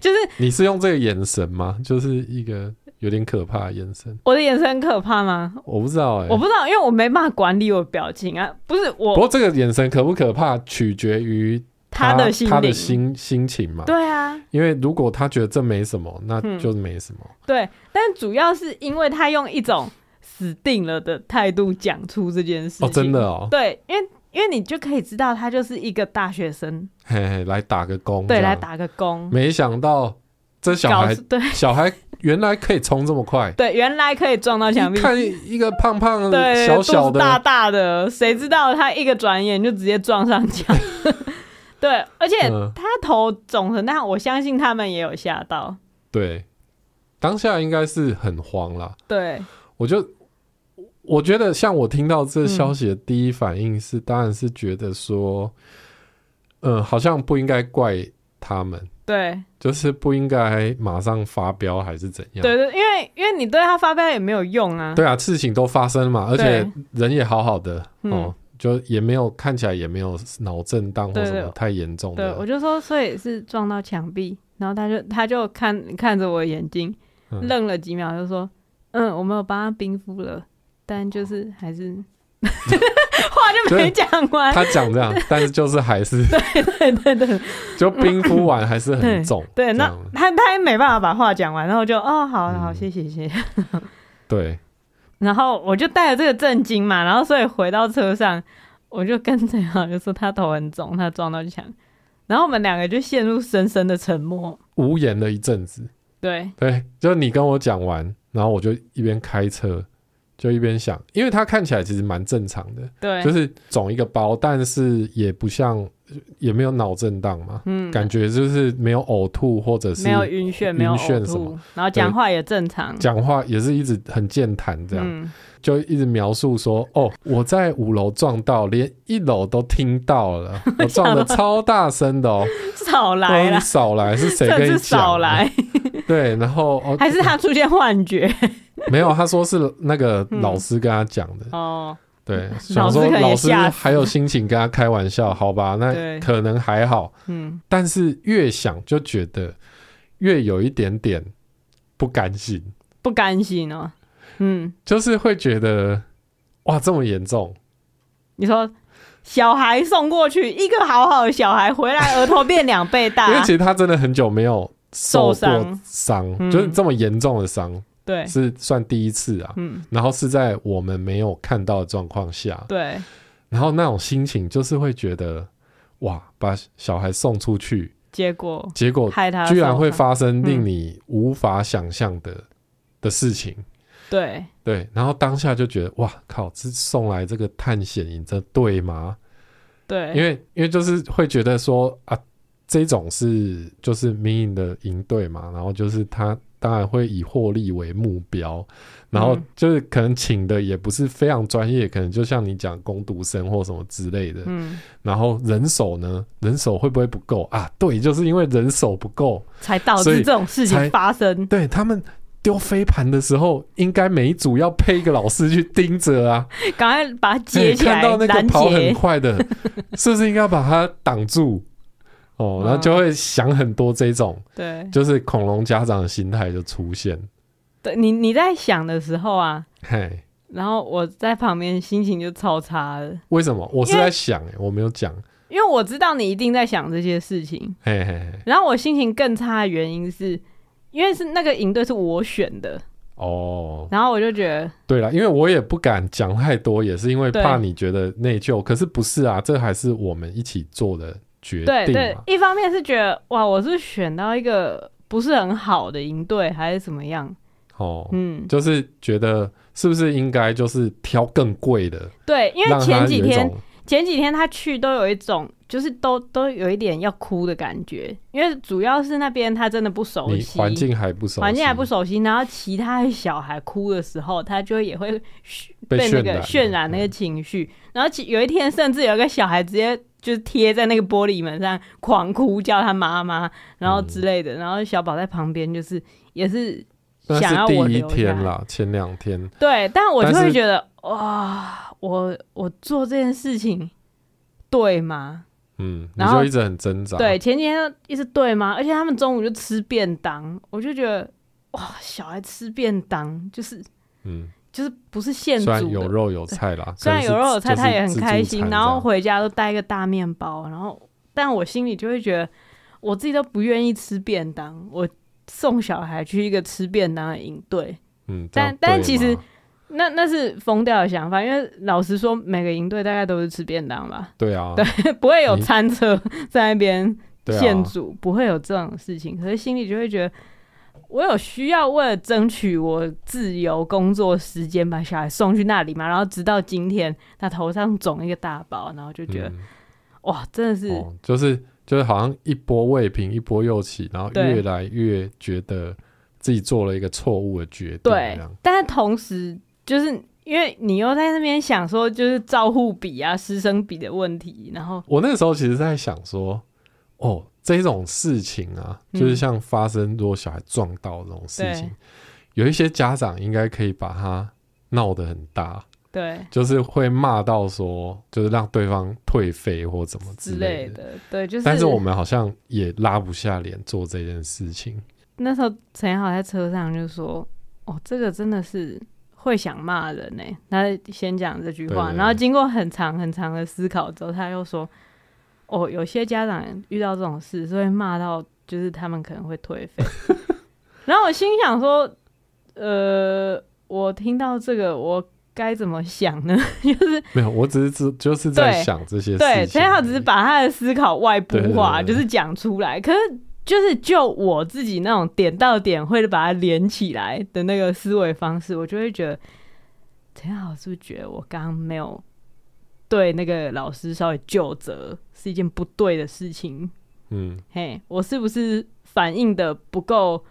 S1: 就是
S2: 你是用这个眼神吗？就是一个有点可怕的眼神，
S1: 我的眼神很可怕吗？
S2: 我不知道哎、
S1: 我不知道，因为我没办法管理我的表情啊，不是
S2: 不
S1: 我
S2: 过这个眼神可不可怕，取决于他
S1: 的心
S2: 他的
S1: 灵，
S2: 心心情嘛。
S1: 对啊，
S2: 因为如果他觉得这没什么，那
S1: 嗯
S2: 就没什么。
S1: 对，但主要是因为他用一种死定了的态度讲出这件事情，
S2: 哦，真的哦，
S1: 对，因为因为你就可以知道他就是一个大学生，
S2: 嘿嘿，来打个工，
S1: 对，
S2: 这样
S1: 来。打个工，
S2: 没想到这小
S1: 搞
S2: 孩
S1: 出对，
S2: 小孩原来可以冲这么快
S1: 对，原来可以撞到墙
S2: 一
S1: 壁，
S2: 看一个胖胖
S1: 对，
S2: 的小
S1: 肚
S2: 小
S1: 子大
S2: 的，
S1: 大的，谁知道他一个转眼就直接撞上 墙，对，而且
S2: 嗯
S1: 他头肿成那样，我相信他们也有吓到，
S2: 对，当下应该是很慌啦。
S1: 对，
S2: 我就我觉得，像我听到这消息的第一反应是，当然是觉得说，嗯、好像不应该怪他们，
S1: 对，
S2: 就是不应该马上发飙还是怎样。
S1: 对对，因为因为你对他发飙也没有用啊，
S2: 对啊，事情都发生了嘛，而且人也好好的
S1: 嗯
S2: 哦，就也没有看起来也没有脑震荡或
S1: 对
S2: 什么
S1: 对
S2: 太严重
S1: 对，
S2: 的。
S1: 我就说，所以是撞到墙壁，然后他就他就看看着我的眼睛，
S2: 嗯
S1: 愣了几秒，就说：“嗯，我没有帮他冰敷了，但
S2: 哦
S1: 就是还 是话就没讲 完。
S2: 他讲这样，但是就是还 是”
S1: 对对对
S2: 就冰敷完还是很重。
S1: 对，
S2: 这
S1: 那
S2: 样
S1: 他他也没办法把话讲完，然后我就哦，好好，
S2: 嗯
S1: 谢谢谢谢。
S2: 对，
S1: 然后我就带着这个震惊嘛，然后所以回到车上，我就跟陈浩就说他头很肿，他撞到墙，然后我们两个就陷入深深的沉默。
S2: 无言了一阵子。
S1: 对，
S2: 对，就你跟我讲完，然后我就一边开车，就一边想，因为他看起来其实蛮正常的，
S1: 对，
S2: 就是肿一个包，但是也不像，也没有脑震荡嘛，
S1: 嗯
S2: 感觉就是没有呕吐或者是
S1: 没有晕眩，没有
S2: 晕眩
S1: 呕
S2: 什么
S1: 吐，然后讲
S2: 对
S1: 话也正常，
S2: 讲话也是一直很健谈这样， 哦
S1: 嗯，
S2: 就一直描述说，哦，我在五楼撞到，连一楼都听到了，我 撞的超大声的哦，
S1: 少
S2: 我说
S1: 来
S2: 啊你
S1: 啦，
S2: 少来是谁
S1: 真
S2: 跟
S1: 是
S2: 你讲？啊
S1: 少来，
S2: 对，然后 哦，
S1: 还是他出现幻觉？
S2: 没有，他说是那个老师跟他讲的，
S1: 哦，
S2: 对，
S1: 老
S2: 想
S1: 师
S2: 说
S1: 可能也
S2: 老师
S1: 吓死
S2: 还有心情跟他开玩笑，好吧，
S1: 对
S2: 那可能还好，
S1: 嗯，
S2: 但是越想就觉得越有一点点不甘心，
S1: 不甘心哦，嗯，
S2: 就是会觉得哇这么严重，
S1: 你说小孩送过去，一个好好的小孩回来，额头变两倍大
S2: 因为，其实他真的很久没有受
S1: 啊受伤
S2: 过伤，
S1: 嗯
S2: 就是这么严重的伤
S1: 对，
S2: 是算第一次啊，
S1: 嗯，
S2: 然后是在我们没有看到的状况下，
S1: 对，
S2: 然后那种心情就是会觉得哇把小孩送出去，
S1: 结果
S2: 结果
S1: 害他嗯
S2: 哦居然会
S1: 受伤，
S2: 发生令
S1: 嗯
S2: 你无法想象的、的事情。
S1: 对，
S2: 对，然后当下就觉得哇靠，这送来这个探险营，这对吗？因
S1: 对，
S2: 为因为就是会觉得说啊，这种是就是民营的营队嘛，然后就是他当然会以获利为目标，然后
S1: 嗯
S2: 就是可能请的也不是非常专业，可能就像你讲工读生或什么之类的，
S1: 嗯，
S2: 然后人手呢，人手会不会不够啊？对，就是因为人手不够，
S1: 才导
S2: 所
S1: 致
S2: 以
S1: 这种事情
S2: 才
S1: 发生，
S2: 对他们丢飞盘的时候，应该每一组要配一个老师去盯着啊。
S1: 赶快把它
S2: 哎
S1: 结起来
S2: 看到那，个
S1: 拦
S2: 跑很
S1: 截，
S2: 快的， 是不是应该把它挡住？哦，然后就会想很多这种，
S1: 对，
S2: 就是恐龙家长的心态就出现。
S1: 对你你在想的时候啊，
S2: 嘿，
S1: 然后我在旁边心情就超差的，
S2: 为什么？我是
S1: 因为
S2: 在想、哎，我没有讲。
S1: 因为我知道你一定在想这些事情，
S2: 嘿嘿嘿，
S1: 然后我心情更差的原因是。因为是那个营队是我选的，
S2: 哦，
S1: 然后我就觉得
S2: 对了，因为我也不敢讲太多，也是因为
S1: 对
S2: 怕你觉得内疚。可是不是啊，这还是我们一起做的决
S1: 对
S2: 定
S1: 对
S2: 嘛，。
S1: 一方面是觉得哇，我是选到一个不是很好的营队，还是怎么样？
S2: 哦，
S1: 嗯，
S2: 就是觉得是不是应该就是挑更贵的，
S1: 对，因为
S2: 让
S1: 前
S2: 他
S1: 几
S2: 有一
S1: 天
S2: 种
S1: 前几天他去都有一种，就是都都有一点要哭的感觉，因为主要是那边他真的不熟
S2: 你
S1: 悉，
S2: 环境还不熟悉，
S1: 环境还不熟悉，然后其他的小孩哭的时候，他就也会嘘
S2: 被
S1: 被那
S2: 渲
S1: 个
S2: 染
S1: 渲染那个情绪。然后其有一天，甚至有一个小孩直接就是贴在那个玻璃门上狂哭，叫他妈妈，然后
S2: 嗯
S1: 之类的。然后小宝在旁边就是也是
S2: 那
S1: 想要
S2: 是
S1: 我
S2: 第一
S1: 留下
S2: 天
S1: 来，
S2: 啦，前两天
S1: 对，但我就
S2: 但
S1: 会
S2: 是
S1: 觉得哇，我我做这件事情对吗？
S2: 嗯，你
S1: 然后
S2: 就一直很挣扎。
S1: 对，，前几天一直对吗？而且他们中午就吃便当，我就觉得哇，小孩吃便当就是。
S2: 嗯，
S1: 就是不是现
S2: 虽然
S1: 煮
S2: 有
S1: 的，
S2: 肉有菜啦，
S1: 虽然
S2: 可是
S1: 有肉有菜，
S2: 就是
S1: 他也很开
S2: 自助
S1: 心，
S2: 餐
S1: 然后
S2: 这样
S1: 回家都带一个大面包，然后但我心里就会觉得，我自己都不愿意吃便当，我送小孩去一个吃便当的营队，
S2: 嗯，这
S1: 但
S2: 样
S1: 但
S2: 对
S1: 其实
S2: 吗
S1: 那那是疯掉的想法，因为老实说，每个营队大概都是吃便当吧，
S2: 对啊，
S1: 不会有
S2: 你
S1: 餐车 在那边
S2: 对啊，
S1: 现煮，不会有这种事情，可是心里就会觉得。我有需要为了争取我自由工作时间把小孩送去那里嘛？然后直到今天，他头上肿一个大包，然后就觉得、
S2: 嗯
S1: 哇，真的是、
S2: 哦，就是就是好像一波未平一波又起，然后
S1: 对
S2: 越来越觉得自己做了一个错误的决定，
S1: 对
S2: 这样。
S1: 但是同时就是因为你又在那边想说，就是照护比啊、师生比的问题，然后
S2: 我那时候其实在想说，哦，这种事情啊，就是
S1: 嗯
S2: 像发生如果小孩撞到这种事情
S1: 对，
S2: 有一些家长应该可以把它闹得很大，
S1: 对
S2: 就是会骂到说，就是让对方退费或怎么
S1: 之类。
S2: 类
S1: 的，对，就是。
S2: 但是我们好像也拉不下脸做这件事情，
S1: 那时候陈彦豪在车上就说：“哦，这个真的是会想骂人呢。”他先讲这句话，
S2: 对对
S1: 然后经过很长很长的思考之后，他又说：“哦，有些家长遇到这种事是会骂到，就是他们可能会退费。”然后我心想说：“呃，我听到这个，我该怎么想呢？就是
S2: 没有，我只是只就是在
S1: 对
S2: 想这些事情而
S1: 对，
S2: 已。
S1: 陈彦豪只是把他的思考外部化，
S2: 对对对对
S1: 就是讲出来。可是就是就我自己那种点到点会把它连起来的那个思维方式，我就会觉得陈彦豪是不是觉得我刚刚没有对那个老师稍微就责是一件不对的事情？
S2: 嗯，
S1: 嘿，我是不是反应的不够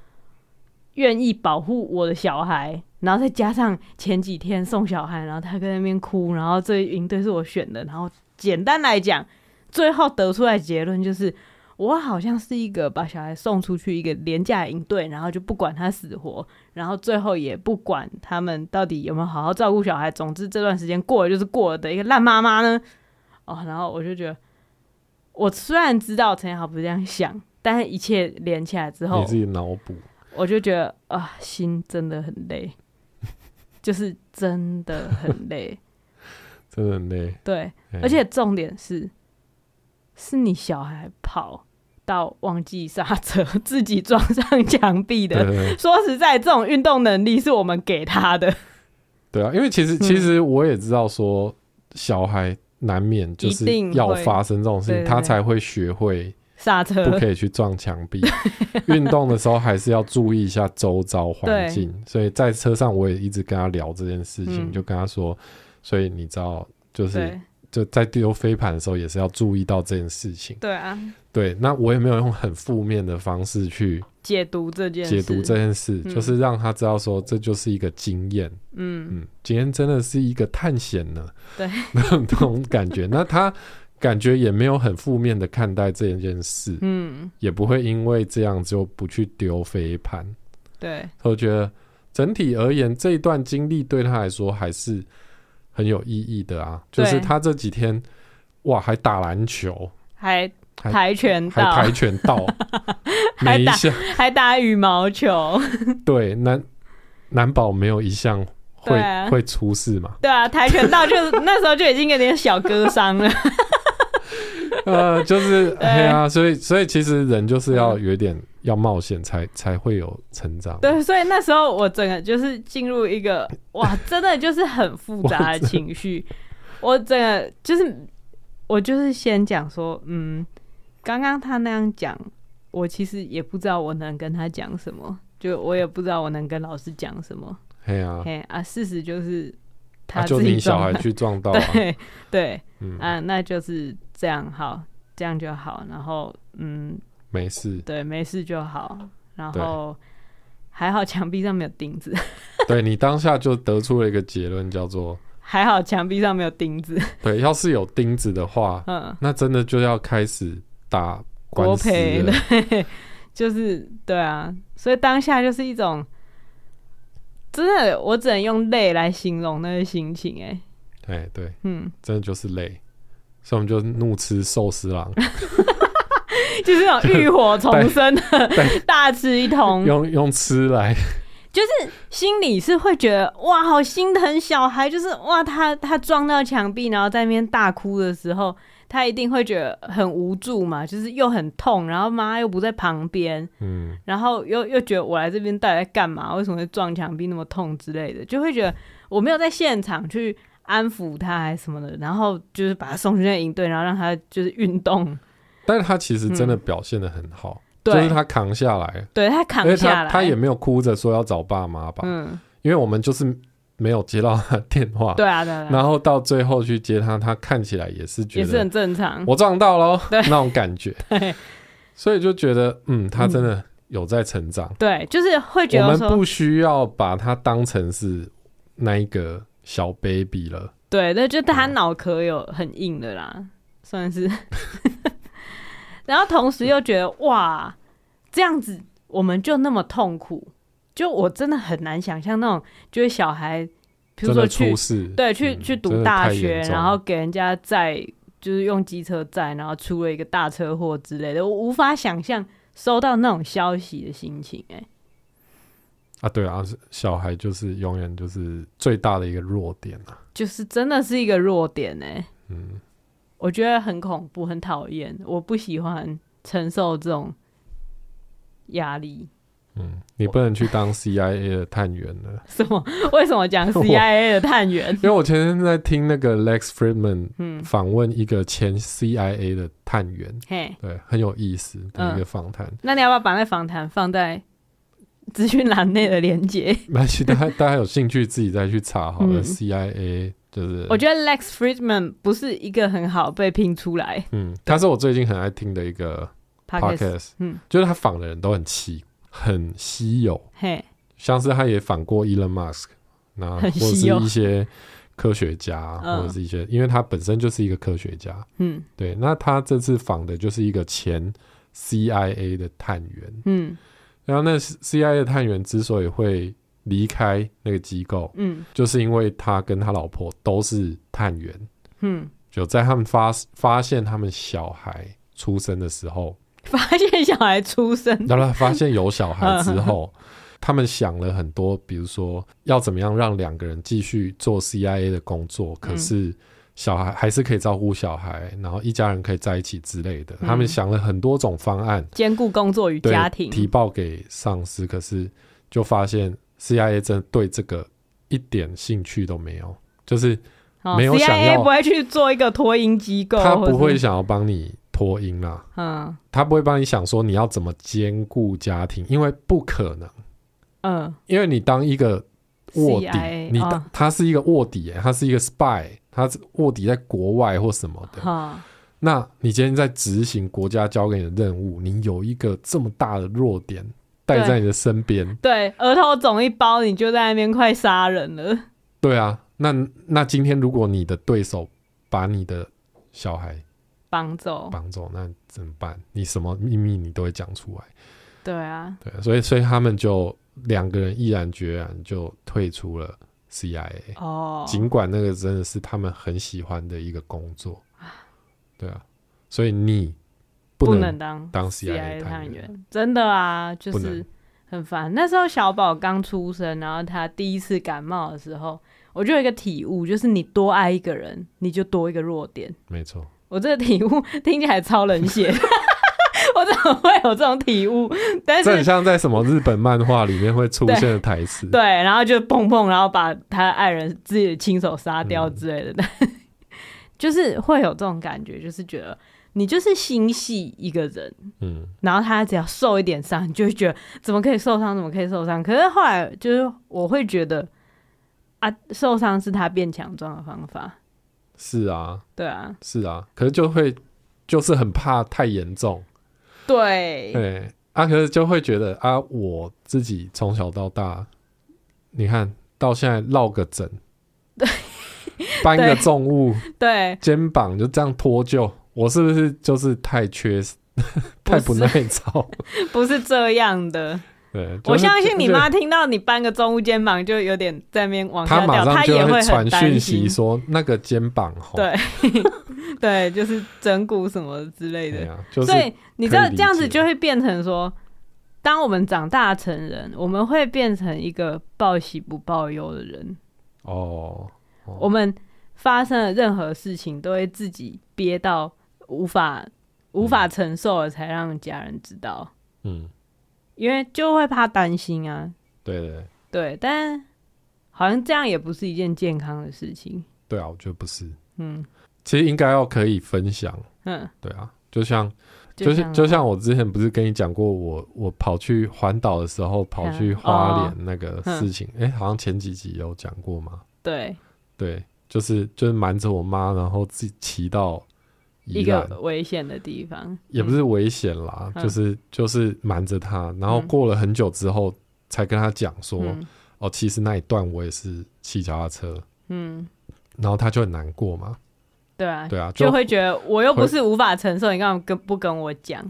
S1: 愿意保护我的小孩？然后再加上前几天送小孩，然后他跟那边哭，然后这一营队是我选的，然后简单来讲，最后得出来结论就是我好像是一个把小孩送出去一个廉价营队，然后就不管他死活，然后最后也不管他们到底有没有好好照顾小孩。总之这段时间过了就是过了的一个烂妈妈呢。哦，然后我就觉得，我虽然知道陈彦豪不是这样想，但是一切连起来之后
S2: 你，自己脑补。
S1: 我就觉得啊，心真的很累， 就是真的很 累。
S2: 真的很累，
S1: 对，
S2: 哎
S1: 而且重点是，是你小孩跑到忘记刹车， 自己撞上墙壁
S2: 对
S1: 的。
S2: 对对
S1: 说实在，这种运动能力是我们给他的，
S2: 对啊，因为其实
S1: 嗯
S2: 其实我也知道说，小孩难免就是
S1: 一定
S2: 要
S1: 会
S2: 发生这种事
S1: 对
S2: 情，
S1: 对
S2: 他
S1: 对
S2: 才会学会
S1: 刹
S2: 不
S1: 车
S2: 可以去撞墙 壁。运动的时候还是要注意一下周遭环
S1: 对
S2: 境，所以在车上我也一直跟他聊这件事情，
S1: 嗯
S2: 就跟他说，所以你知道，就是
S1: 对
S2: 就在丢飞盘的时候也是要注意到这件事情。
S1: 对啊，
S2: 对，那我也没有用很负面的方式去
S1: 解读这件
S2: 解
S1: 事，
S2: 读这件事，
S1: 嗯
S2: 就是让他知道说这就是一个经验。
S1: 嗯，
S2: 嗯，今天真的是一个探险呢，
S1: 对，
S2: 那种感觉。那他感觉也没有很负面的看待这件事，
S1: 嗯，
S2: 也不会因为这样就不去丢飞盘。
S1: 对，
S2: 我觉得整体而言，这一段经历对他来说还是很有意义的啊。就
S1: 对
S2: 是他这几天哇，还打篮球，
S1: 还
S2: 还
S1: 跆拳
S2: 还
S1: 道，
S2: 跆拳道，
S1: 还
S2: 每一
S1: 打
S2: 项
S1: 还打羽毛球，
S2: 对难难保没有一项会、
S1: 对啊
S2: 会出事嘛。
S1: 对啊，跆拳道就是那时候就已经有点小割伤了，
S2: 呃，就是
S1: 对嗯
S2: 哎呀，所以所以其实人就是要有一点要冒险才才会有成长。
S1: 对，所以那时候我整个就是进入一个哇，真的就是很复杂的情绪。我整个就是我就是先讲说，嗯，刚刚他那样讲，我其实也不知道我能跟他讲什么，就我也不知道我能跟老师讲什么。
S2: 哎呀，
S1: 嘿啊，事实就是
S2: 他、
S1: 他
S2: 啊就
S1: 自己
S2: 你小
S1: 撞
S2: 孩
S1: 的
S2: 去撞到、啊，
S1: 对对
S2: 嗯，
S1: 啊，那就是这样好，这样就好。然后嗯，
S2: 没事。
S1: 对，没事就好。然
S2: 对
S1: 后还好墙壁上没有钉子。
S2: 对你当下就得出了一个结论，叫做
S1: 还好墙壁上没有钉子。
S2: 对，要是有钉子的话，
S1: 嗯，
S2: 那真的就要开始打
S1: 国
S2: 官司
S1: 赔
S2: 了。
S1: 对，就是对啊，所以当下就是一种，真的我只能用累来形容那个心情、哎，
S2: 哎，对，
S1: 嗯，
S2: 真的就是累，所以我们就怒吃寿司郎，
S1: 嗯就是那种浴火重生的大吃一通，
S2: 用用吃来，
S1: 心里是会觉得哇，好心疼小孩，就是哇，他他撞到墙壁，然后在那边大哭的时候，他一定会觉得很无助嘛，就是又很痛，然后妈又不在旁边，
S2: 嗯，
S1: 然后又又觉得我来这边到底在干嘛？为什么会撞墙壁那么痛之类的，就会觉得我没有在现场去安抚他还是什么的，然后就是把他送去那营队，然后让他就是运动，
S2: 但是他其实真的表现的很
S1: 嗯
S2: 好，
S1: 对，
S2: 就是他扛下来，
S1: 对他
S2: 因
S1: 扛
S2: 为
S1: 下
S2: 他
S1: 来，
S2: 他也没有哭着说要找爸妈吧，
S1: 嗯，
S2: 因为我们就是没有接到他的电话，
S1: 对啊，对啊，对啊
S2: 然后到最后去接他，他看起来也是觉
S1: 也是
S2: 得
S1: 很正常，
S2: 我撞到喽
S1: 对
S2: 那种感 觉，所以就觉得嗯，他真的有在成长。
S1: 对，就是会觉
S2: 我
S1: 得
S2: 们
S1: 说，
S2: 不需要把他当成是那一个小 baby 了，
S1: 对，那就他
S2: 嗯
S1: 脑壳有很硬的啦，算是， 然后同时又觉得哇，这样子我们就那么痛苦，就我真的很难想象那种就是小孩，比如
S2: 真
S1: 说
S2: 的
S1: 去
S2: 出事，
S1: 对去、
S2: 嗯
S1: 去
S2: 真
S1: 读
S2: 的
S1: 大
S2: 太
S1: 学，
S2: 严重
S1: 然后给人家载，就是用机车载，然后出了一个大车祸之类的，我无法想象收到那种消息的心情、哎，
S2: 啊，对啊，是小孩就是永远就是最大的一个弱点啊，
S1: 就是真的是一个弱点、哎，
S2: 嗯，
S1: 我觉得很恐怖，很讨厌，我不喜欢承受这种压力。
S2: 嗯，你不能去当 CIA 的探员了。
S1: 什么？为什么 讲 CIA 的探员？
S2: 因为我前天在听那个 Lex Friedman
S1: 嗯，
S2: 访问一个前 CIA 的探员，
S1: 嘿，
S2: 对，很有意思的一
S1: 嗯
S2: 个访谈。
S1: 那你要不要把那访谈放在资讯栏内的连接？
S2: 没关系，大家大家有兴趣自己再去查好了。
S1: 嗯
S2: CIA 就是，
S1: 我觉得 Lex Friedman 不是一个很好被拼出来
S2: 嗯，他是我最近很爱听的一个
S1: podcast，
S2: podcast，
S1: 嗯，
S2: 就是他访的人都很奇，很稀有，
S1: 嘿，
S2: 像是他也访过 Elon Musk，那或
S1: 很
S2: 者
S1: 稀
S2: 是
S1: 有
S2: 一些科学家，
S1: 嗯
S2: 或者是一些，因为他本身就是一个科学家，
S1: 嗯
S2: 对，那他这次访的就是一个前 CIA 的探员。
S1: 嗯
S2: 然后那 CIA 的探员之所以会离开那个机构，
S1: 嗯
S2: 就是因为他跟他老婆都是探员，
S1: 嗯，
S2: 就在他们发发现他们小孩出生的时候，
S1: 发现小孩出生，
S2: 当然发现有小孩之后，他们想了很多，比如说要怎么样让两个人继续做 CIA 的工作，
S1: 嗯
S2: 可是小孩还是可以照顾小孩，然后一家人可以在一起之类的。
S1: 嗯
S2: 他们想了很多种方案，
S1: 兼顾工作与
S2: 对
S1: 家庭，
S2: 提报给上司，可是就发现 CIA 真的对这个一点兴趣都没有，就是
S1: 哦
S2: 没有想
S1: CIA
S2: 要
S1: 不会去做一个托婴机构，
S2: 他
S1: 啊或是
S2: 不会，想要帮你脱音啦。
S1: 嗯
S2: 他不会帮你想说你要怎么兼顾家庭，因为不可能。
S1: 嗯
S2: 因为你当一个卧底
S1: CIA
S2: 你
S1: 哦
S2: 当、他是一个卧底耶、他是一个 spy，他是卧底在国外或什么的。
S1: 哈，
S2: 那你今天在执行国家交给你的任务，你有一个这么大的弱点带
S1: 对
S2: 在你的身边，
S1: 对，额头肿一包，你就在那边快杀人了，
S2: 对啊，那那今天如果你的对手把你的小孩
S1: 绑走，
S2: 绑走，那怎么办？你什么秘密你都会讲出来，
S1: 对啊，
S2: 对啊、所以所以他们就两个人毅然决然就退出了 CIA。
S1: 哦，
S2: 尽管那个真的是他们很喜欢的一个工作，对啊，所以你
S1: 不
S2: 不
S1: 能
S2: 能
S1: 当
S2: 当
S1: CIA
S2: CIA
S1: 探
S2: 探员，
S1: 员，真的啊，就
S2: 不
S1: 是
S2: 能
S1: 很烦。那时候小宝刚出生，然后他第一次感冒的时候，我就有一个体悟，就是你多爱一个人，你就多一个弱点。
S2: 没错，
S1: 我这个体悟 听起来超冷血， 我怎么会有这种体悟？但
S2: 这很
S1: 是
S2: 像在什么日本漫画里面会出现的台词，
S1: 对，然后就碰碰，然后把他的爱人自己亲手杀掉
S2: 嗯
S1: 之类的， 但就是会有这种感觉，就是觉得你就是心系一个人。
S2: 嗯，
S1: 然后他只要受一点伤，你就会觉得怎么可以受伤，怎么可以受伤？可是后来就是我会觉得啊，受伤是他变强壮的方法，
S2: 是啊，
S1: 对啊，
S2: 是啊，可是就会就是很怕太严重，
S1: 对，
S2: 对啊，可是就会觉得啊，我自己从小到大，你看到现在落个 枕，搬
S1: 对
S2: 个重物，
S1: 对，
S2: 肩膀就这样脱臼，我是不是就是太缺 太不耐操？
S1: 不是这样的。
S2: 对，
S1: 我相信你妈
S2: 妈，
S1: 听到你搬个重物肩膀，就有点在那边往
S2: 她
S1: 下
S2: 马
S1: 掉，
S2: 上
S1: 她
S2: 就
S1: 也
S2: 会
S1: 很
S2: 传
S1: 担
S2: 讯
S1: 心
S2: 息。说那个肩膀吼，
S1: 对对，就是整骨什么之类
S2: 对
S1: 的。
S2: 哎呀，就是
S1: 所以你知
S2: 可
S1: 道
S2: 以理
S1: 这样子
S2: 解
S1: 就会变成说，当我们长大成人，我们会变成一个报喜不报忧的人。
S2: 哦，哦
S1: 我们发生了任何事情，都会自己憋到无法无法承受了，才让家人知道，
S2: 嗯，
S1: 因为就会怕担心啊。
S2: 对对对
S1: 对，但好像这样也不是一件健康的事情。
S2: 对啊，我觉得不是，
S1: 嗯
S2: 其实应该要可以分享，
S1: 嗯，
S2: 对啊，就像就是就像我之前不是跟你讲过，我我跑去环岛的时候跑去
S1: 嗯
S2: 花
S1: 哦
S2: 莲那个事情，哎，好像前几集有讲过吗？
S1: 对
S2: 对，就是就是瞒着我妈，然后自己骑到
S1: 一
S2: 宜兰，
S1: 个危险的地方，
S2: 也
S1: 嗯
S2: 不是危险啦，
S1: 嗯
S2: 就是就是瞒着她，然后
S1: 嗯
S2: 过了很久之后才跟她讲说，
S1: 嗯
S2: 哦，其实那一段我也是骑脚踏车，
S1: 嗯，
S2: 然后她就很难过嘛，
S1: 对啊。
S2: 对啊，就
S1: 就会觉得我又不
S2: 会
S1: 是无法承受，你干嘛跟不跟我讲？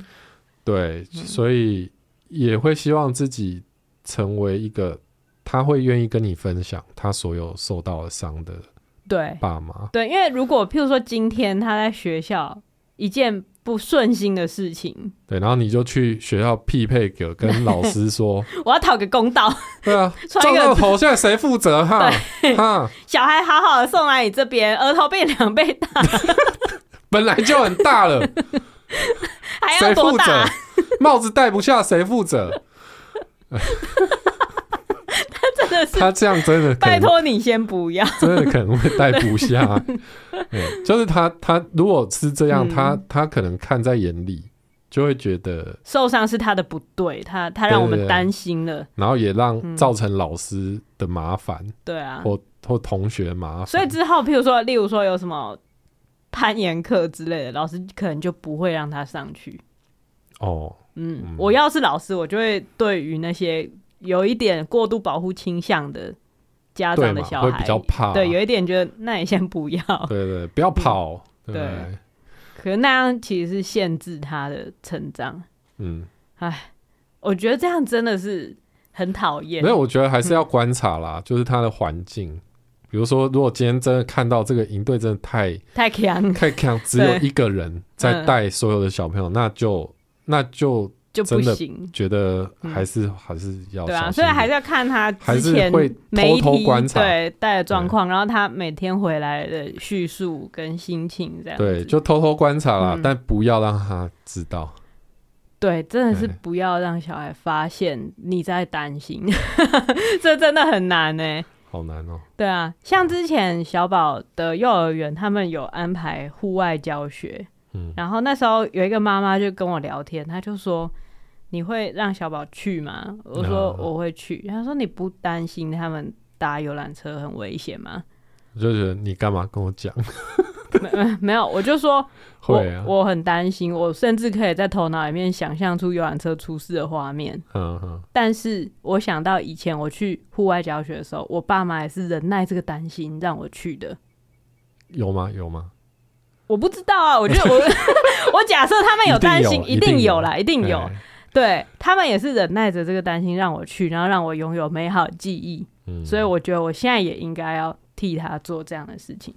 S2: 对，
S1: 嗯
S2: 所以也会希望自己成为一个他会愿意跟你分享他所有受到的伤的
S1: 对，
S2: 爸妈，
S1: 对，因为如果譬如说今天他在学校一件不顺心的事情，
S2: 对，然后你就去学校匹配个跟老师说，
S1: 我要讨个公道，
S2: 对啊，
S1: 穿
S2: 撞
S1: 一个
S2: 到头现在谁负责哈？哈，
S1: 小孩好好的送来你这边，额头变两倍大，
S2: 本来就很大了，
S1: 还要
S2: 谁
S1: 多
S2: 负责
S1: 大？？
S2: 帽子戴不下，谁 负责？
S1: 真的 是，
S2: 他这样真的可
S1: 拜
S2: 能，
S1: 托你先不要。
S2: 真的可能会戴 不下。对，就是他，他如果是这样，
S1: 嗯
S2: 他他可能看在眼里，就会觉得，
S1: 受伤是他的不对，他他让我
S2: 对
S1: 们
S2: 对对
S1: 担心了，
S2: 然后也
S1: 嗯
S2: 让造成老师的麻烦
S1: 对啊。
S2: 或或同学的麻烦。
S1: 所以之后，譬如说，例如说有什么攀岩课之类的，老师可能就不会让他上去。
S2: 哦，
S1: 嗯
S2: 嗯，
S1: 我要是老师，我就会对于那些有一点过度保护倾向的家
S2: 对
S1: 长
S2: 嘛
S1: 的，小
S2: 会
S1: 孩，
S2: 比较怕。
S1: 对，有一嗯点觉得那你先不要，
S2: 对对，不要跑。对不对
S1: 对可是那样其实是限制他的成长。
S2: 嗯，
S1: 我觉得这样真的是很讨厌
S2: 没。有，我觉得还是要观察啦，
S1: 嗯
S2: 就是它的环境。比如说，如果今天真的看到这个营队真的 太
S1: 太强
S2: 太强，只有一个人在带所有的小朋友，那就那就
S1: 就不
S2: 真的
S1: 行，
S2: 觉得还是、还是要
S1: 嗯对啊，
S2: 小
S1: 所以
S2: 心一点
S1: 还是要看他之
S2: 还是
S1: 前
S2: 会
S1: 媒体
S2: 偷偷观察
S1: 对带的状况，然后他每天回来的叙述跟心情这样子。
S2: 对，就偷偷观察啦，
S1: 嗯
S2: 但不要让他知道。
S1: 对，真的是
S2: 对
S1: 不要让小孩发现你在担心， 这真的很难呢、
S2: 好难哦、
S1: 对啊，像之前小宝的幼儿园，他们有安排户外教学，
S2: 嗯
S1: 然后那时候有一个妈妈就跟我聊天，她就说：“你会让小宝去吗？”我说：“
S2: 啊
S1: 我会去。”她说：“你不担心他们搭游览车很危险吗
S2: 我就觉得你干嘛跟我讲？？”
S1: 没有，我就说
S2: 会啊，
S1: 我我很担心，我甚至可以在头脑里面想象出游览车出事的画面。
S2: 嗯嗯，
S1: 但是我想到以前我去户外教学的时候，我爸妈也是忍耐这个担心让我去的。
S2: 有吗？有吗？
S1: 我不知道啊，我觉 得我 我假设他们有担心，
S2: 一
S1: 一
S2: 定有
S1: 定有啦，一定有。
S2: 哎
S1: 对他们也是忍耐着这个担心让我去，然后让我拥有美好记忆。
S2: 嗯，
S1: 所以我觉得我现在也应该要替他做这样的事情。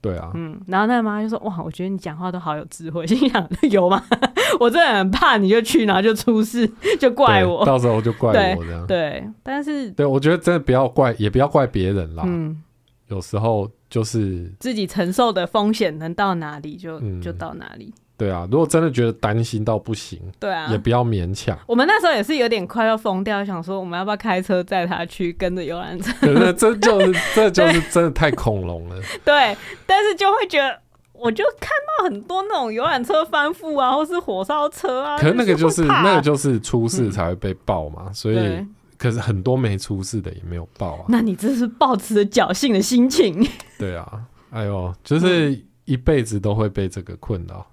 S2: 对啊，
S1: 嗯，然后那个妈妈就说：“哇，我觉得你讲话都好有智慧。”心想：“有吗？ 我真的很怕你就去，然后就出事，就怪
S2: 对
S1: 我。
S2: 到时候就怪
S1: 对
S2: 我这样。
S1: 对，但是
S2: 对，我觉得真的不要怪，也不要怪别人啦。
S1: 嗯。
S2: 有时候就是
S1: 自己承受的风险能到哪里就、
S2: 嗯
S1: 就到哪里。
S2: 对啊，如果真的觉得担心到不行，
S1: 对啊
S2: 也，不要勉强。
S1: 我们那时候也是有点快要疯掉，想说我们要不要开车载他去跟着游览车？
S2: 可是这就是这就是真的太恐龙了。
S1: 对，但是就会觉得。我就看到很多那种游览车翻覆啊，或是火烧车啊，
S2: 可是那个就是
S1: 会怕嗯
S2: 那个就是出事才会被爆嘛，所以
S1: 对。
S2: 可是很多没出事的也没有爆 啊。
S1: 那你这是抱持着侥幸的心情，
S2: 对啊，哎呦，
S1: 嗯
S2: 就是一辈子都会被这个困扰。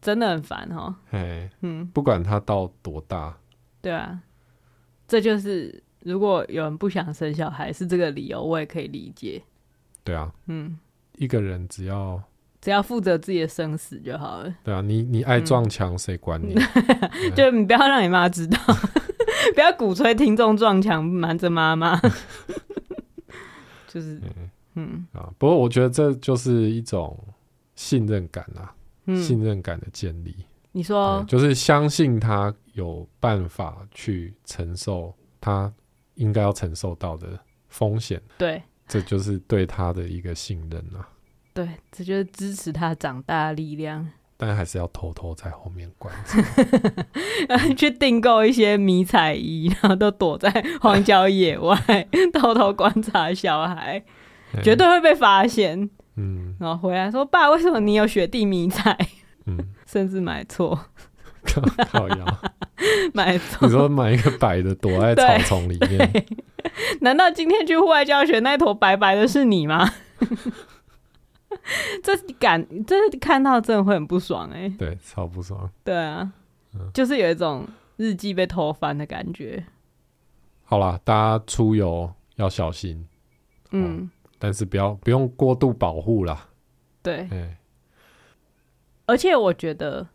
S1: 真的很烦哦。
S2: 哎，
S1: 嗯，
S2: 不管他到多大，
S1: 对啊，这就是如果有人不想生小孩是这个理由，我也可以理解。
S2: 对啊，
S1: 嗯，
S2: 一个人只要
S1: 只要负责自己的生死就好了。
S2: 对啊，你你爱
S1: 嗯
S2: 撞墙，谁管你？
S1: 就你不要让你妈知道， 不要鼓吹听众撞墙瞒着妈 妈，就是嗯
S2: 啊，不过我觉得这就是一种信任感啊，
S1: 嗯，哦
S2: 信任感的建立，
S1: 你
S2: 对
S1: 说
S2: 就是相信他有办法去承受他应该要承受到的风险，
S1: 对
S2: 这就是对他的一个信任啊。
S1: 对，这就是支持他长大的力量，
S2: 但还是要偷偷在后面观察。
S1: 去订购一些迷彩衣，然后都躲在荒郊野 外，偷偷观察小孩，绝对会被发现。
S2: 嗯
S1: 然后回来说：“爸，为什么你有雪地迷彩？
S2: 嗯，
S1: 甚至买错，
S2: 靠 靠腰，
S1: 买错
S2: 你。说买一个白的躲在草丛里面，
S1: 难道今天去户外教学那坨白白的是你吗？ 这感这看到真的会很不爽哎、
S2: 对，超不爽。
S1: 对啊，就是有一种日记被偷翻的感觉。
S2: 好啦，大家出游要小心，
S1: 嗯，
S2: 但是不要不用过度保护啦。
S1: 对，
S2: 哎、
S1: 而且我觉得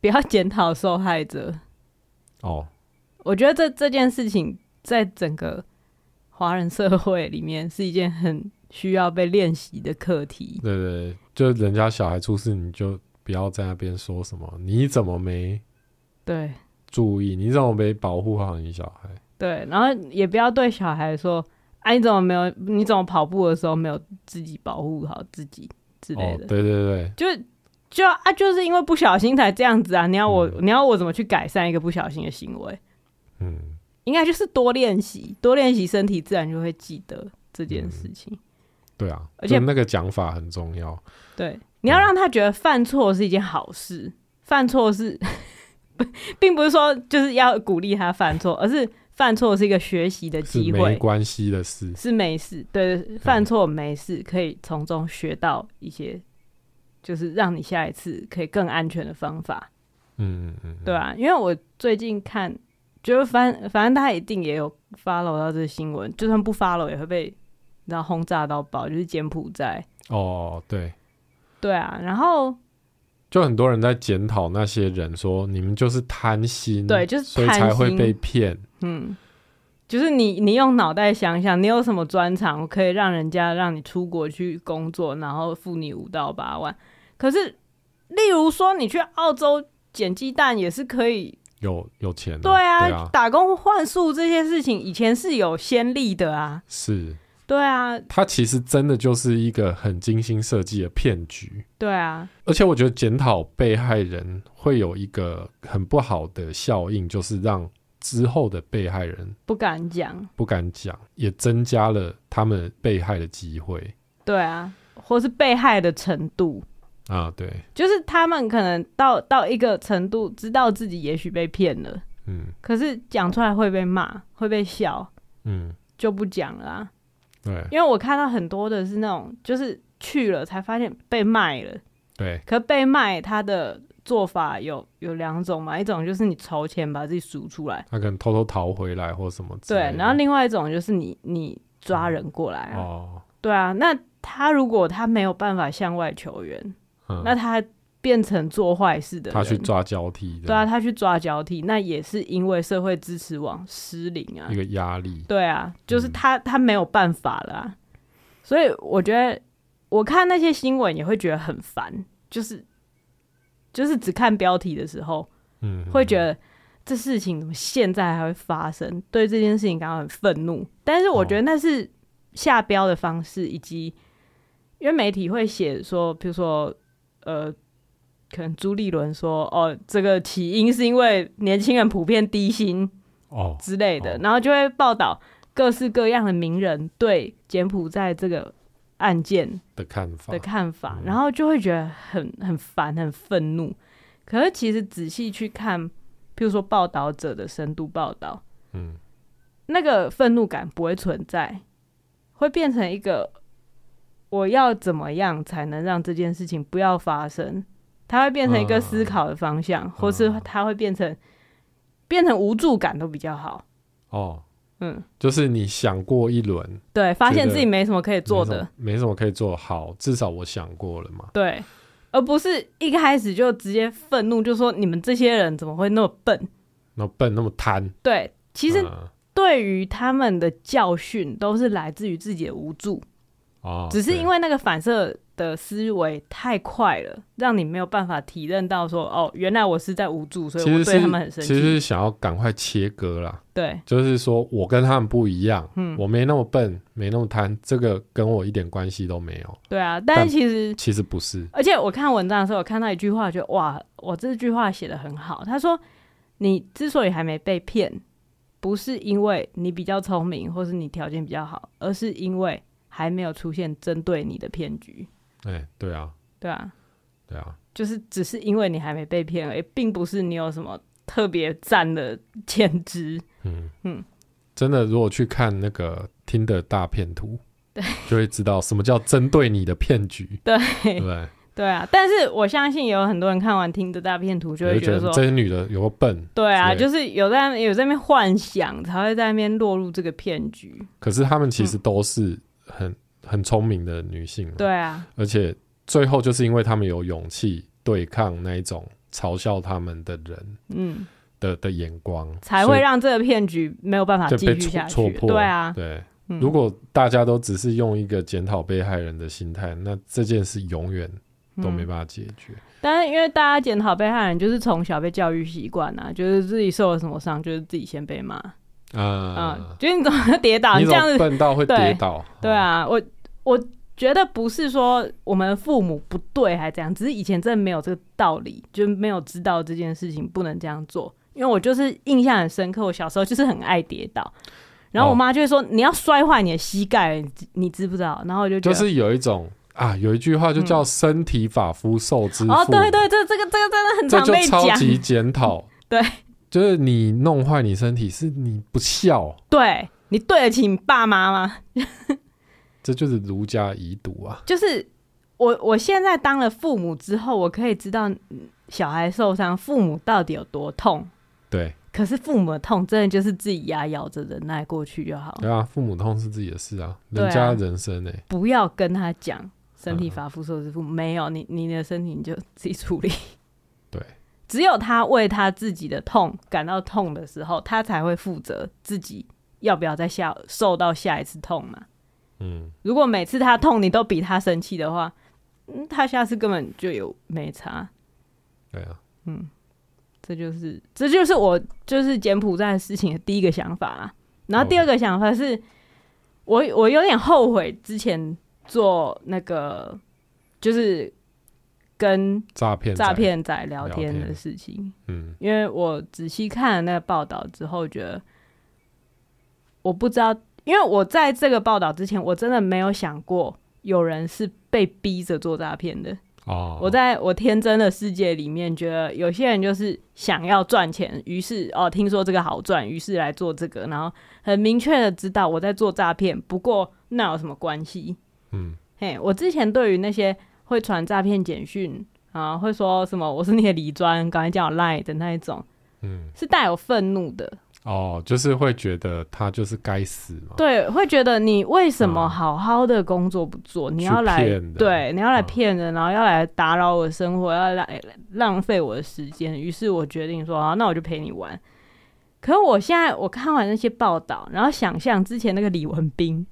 S1: 不要检讨受害者，
S2: 哦，
S1: 我觉得这这件事情在整个华人社会里面是一件很需要被练习的课题。
S2: 对对，对就人家小孩出事，你就不要在那边说什么，你怎么没
S1: 对，
S2: 注意，你怎么没保护好你小孩？
S1: 对，然后也不要对小孩说：“哎、你怎么没有？你怎么跑步的时候没有自己保护好自己之类
S2: 哦，
S1: 的？”
S2: 对对对，
S1: 就就啊，就是因为不小心才这样子啊！你要我，
S2: 嗯
S1: 你要我怎么去改善一个不小心的行为？
S2: 嗯，
S1: 应该就是多练习，多练习，身体自然就会记得这件事情。
S2: 对啊，
S1: 而且
S2: 就那个讲法很重要。
S1: 对，你要让他觉得犯错是一件好事，犯错是 不，并不是说就是要鼓励他犯错，而是犯错是一个学习的
S2: 是
S1: 机
S2: 没
S1: 会。
S2: 关系的事，
S1: 是没事，对，对犯错没事，可以从中学到一些，就是让你下一次可以更安全的方法，
S2: 嗯嗯嗯，
S1: 对吧、因为我最近看，就是反反正他一定也有 follow 到这个新闻，就算不 follow 也会被然后轰炸到爆，就是柬埔寨，
S2: 哦，对，
S1: 对啊，然后
S2: 就很多人在检讨那些人说，你们就是贪心，
S1: 对就是
S2: 所以
S1: 贪
S2: 才会
S1: 心
S2: 被骗。
S1: 嗯，就是你你用脑袋想想，你有什么专长可以让人家让你出国去工作，然后付你五到八万？可是，例如说你去澳洲捡鸡蛋也是可以，
S2: 有有钱、啊，
S1: 对啊，
S2: 对啊，
S1: 打工换宿这些事情以前是有先例的啊，
S2: 是
S1: 对啊，
S2: 它其实真的就是一个很精心设计的骗局。
S1: 对啊，
S2: 而且我觉得检讨被害人会有一个很不好的效应，就是让之后的被害人
S1: 不敢讲，
S2: 不敢讲，也增加了他们被害的机会
S1: 对啊，或是被害的程度，
S2: 啊。对，
S1: 就是他们可能到到一个程度，知道自己也许被骗了，
S2: 嗯
S1: 可是讲出来会被骂，会被笑，
S2: 嗯，
S1: 就不讲了啊、
S2: 对
S1: 因为我看到很多的是那种，就是去了才发现被卖了，
S2: 对，
S1: 可被卖他的做法有有两种嘛，一种就是你筹钱把自己赎出来，
S2: 他可能偷偷逃回来或什么之
S1: 对
S2: 类，的
S1: 然后另外一种就是你你抓人过来啊，
S2: 哦，
S1: 对啊，那他如果他没有办法向外求援，
S2: 嗯，
S1: 那他变成做坏事的人，
S2: 他去抓交替的，
S1: 对啊，他去抓交替，那也是因为社会支持网失灵啊
S2: 一。个压力，
S1: 对啊，就是
S2: 嗯
S1: 他、他没有办法了啊、所以我觉得我看那些新闻也会觉得很烦，就是就是只看标题的时候
S2: 嗯，
S1: 会觉得这事情怎么现在还会发生，对这件事情感到很愤怒。但是我觉得那是下标的方式，以及因为媒体会写说，比如说呃。可能朱立伦说：“哦，这个起因是因为年轻人普遍低薪，
S2: 哦，
S1: 之类的
S2: 哦，
S1: 然后就会报道各式各样的名人对柬埔寨这个案件
S2: 的看法
S1: 的，看法，
S2: 嗯
S1: 然后就会觉得很很烦、很愤怒。可是其实仔细去看，譬如说报道者的深度报道，
S2: 嗯，
S1: 那个愤怒感不会存在，会变成一个我要怎么样才能让这件事情不要发生？它会变成一个
S2: 嗯
S1: 思考的方向，或是它会变成变成无助感都比较好。
S2: 哦，
S1: 嗯，
S2: 就是你想过一轮，
S1: 对，发
S2: 觉
S1: 现
S2: 得
S1: 自己没什么可以做
S2: 没什
S1: 的
S2: 么，没什么可以做好，至少我想过了嘛。
S1: 对，而不是一开始就直接愤怒，就说你们这些人怎么会那么笨？
S2: 那笨那么贪，
S1: 对，其实
S2: 嗯
S1: 对于他们的教训都是来自于自己的无助，
S2: 哦，
S1: 只是
S2: 对
S1: 因为那个反射的思维太快了，让你没有办法体认到说，哦，原来我是在无助，所
S2: 其
S1: 以我
S2: 实
S1: 对
S2: 是
S1: 他们很生
S2: 其实
S1: 气。
S2: 是想要赶快切割啦，
S1: 对，
S2: 就是说我跟他们不一样，
S1: 嗯
S2: 我没那么笨，没那么贪，这个跟我一点关系都没有。
S1: 对啊，
S2: 但
S1: 但其实
S2: 其实不是，
S1: 而且我看文章的时候，我看到一句话，觉得哇，我这句话写的很好。他说：“你之所以还没被骗，不是因为你比较聪明，或是你条件比较好，而是因为还没有出现针对你的骗局。
S2: 哎、对啊，”
S1: 对啊，
S2: 对啊，
S1: 就是只是因为你还没被骗而已，并不是你有什么特别赞的潜质。
S2: 嗯
S1: 嗯
S2: 真的，如果去看那个听的大片图，对，就会知道什么叫针对你的骗局，
S1: 对
S2: 对不对？
S1: 对啊， 但是我相信有很多人看完听的大片图，就
S2: 我
S1: 会
S2: 就
S1: 觉
S2: 觉
S1: 得
S2: 得
S1: 说，
S2: 这些女的有个笨，
S1: 对啊，
S2: 之类
S1: 就是有在有在那边幻想，才会在那边落入这个骗局。
S2: 可是她们其
S1: 嗯
S2: 实都是很、很聪明的女性、啊，
S1: 对啊，
S2: 而且最后就是因为他们有勇气对抗那一种嘲笑他们的人
S1: 嗯。
S2: 的的眼光，
S1: 才
S2: 所
S1: 会
S2: 以
S1: 让这个骗局没有办法
S2: 就
S1: 继
S2: 被
S1: 续
S2: 戳
S1: 下去
S2: 戳。破
S1: 对啊，
S2: 对。
S1: 嗯
S2: 如果大家都只是用一个检讨被害人的心态，那这件事永远都没
S1: 嗯
S2: 办法解决。
S1: 但是因为大家检讨被害人，啊就是从小被教育习惯啊，就是自己受了什么伤，就是自己先被骂啊、
S2: 啊，
S1: 就是你怎么跌倒，
S2: 你
S1: 你嗯
S2: 怎
S1: 这样
S2: 么
S1: 子，
S2: 笨到会跌倒？哦
S1: 对啊，我我觉得不是说我们父母不对还怎样，只是以前真的没有这个道理，就没有知道这件事情不能这样做。因为我就是印象很深刻，我小时候就是很爱跌倒。然后我
S2: 哦
S1: 妈就会说：“你要摔坏你的膝盖，你知你知不知道？”然后我就觉
S2: 就
S1: 得
S2: 是有一种啊，有一句话就叫“身体发肤受之
S1: 嗯
S2: 父”，
S1: 哦，对对，这这个这个真的很
S2: 这
S1: 常
S2: 就
S1: 被
S2: 超
S1: 讲，。
S2: 级检讨
S1: 对，
S2: 就是你弄坏你身体，是你不孝，
S1: 对你对得起你爸妈吗？
S2: 这就是儒家遗毒啊。
S1: 就是我我现在当了父母之后，我可以知道嗯小孩受伤，父母到底有多痛。
S2: 对，
S1: 可是父母的痛，真的就是自己牙咬着忍耐过去就好，
S2: 对啊，父母痛是自己的事啊，
S1: 对啊
S2: 人家人生呢、
S1: 不要跟他讲身
S2: 嗯
S1: 体发肤受之父母，没有你你的身体你就自己处理。
S2: 对，
S1: 只有他为他自己的痛感到痛的时候，他才会负责自己要不要再下受到下一次痛嘛。
S2: 嗯，
S1: 如果每次他痛你都比他生气的话，嗯他下次根本就有没差。
S2: 对啊，
S1: 这就是这就是我就是柬埔寨事情的第一个想法啦。然后第二个想法是，我我有点后悔之前做那个就是跟
S2: 诈骗
S1: 诈
S2: 仔，
S1: 骗仔聊
S2: 聊
S1: 天的
S2: 天
S1: 事情，
S2: 嗯，
S1: 因为我仔细看了那个报道之后，觉得我不知道，因为我在这个报道之前，我真的没有想过有人是被逼着做诈骗的。
S2: 哦，
S1: 我在我天真的世界里面，觉得有些人就是想要赚钱，于是哦，听说这个好赚，于是来做这个，然后很明确的知道我在做诈骗，不过那有什么关系？
S2: 嗯，
S1: 嘿，我之前对于那些会传诈骗简讯啊，会说什么我是你的李专，赶快叫我赖的那一种，
S2: 嗯，
S1: 是带有愤怒的，
S2: 哦，就是会觉得他就是该死嘛，
S1: 对，会觉得你为什么
S2: 哦嗯
S1: 好好的工作不做，你
S2: 去
S1: 要来
S2: 骗嗯人
S1: 对，你要来
S2: 嗯
S1: 骗人，然后要来打扰我的生活，要来浪费我的时间。于是我决定说，好，那我就陪你玩。可我现在我看完那些报道，然后想象之前那个李文斌，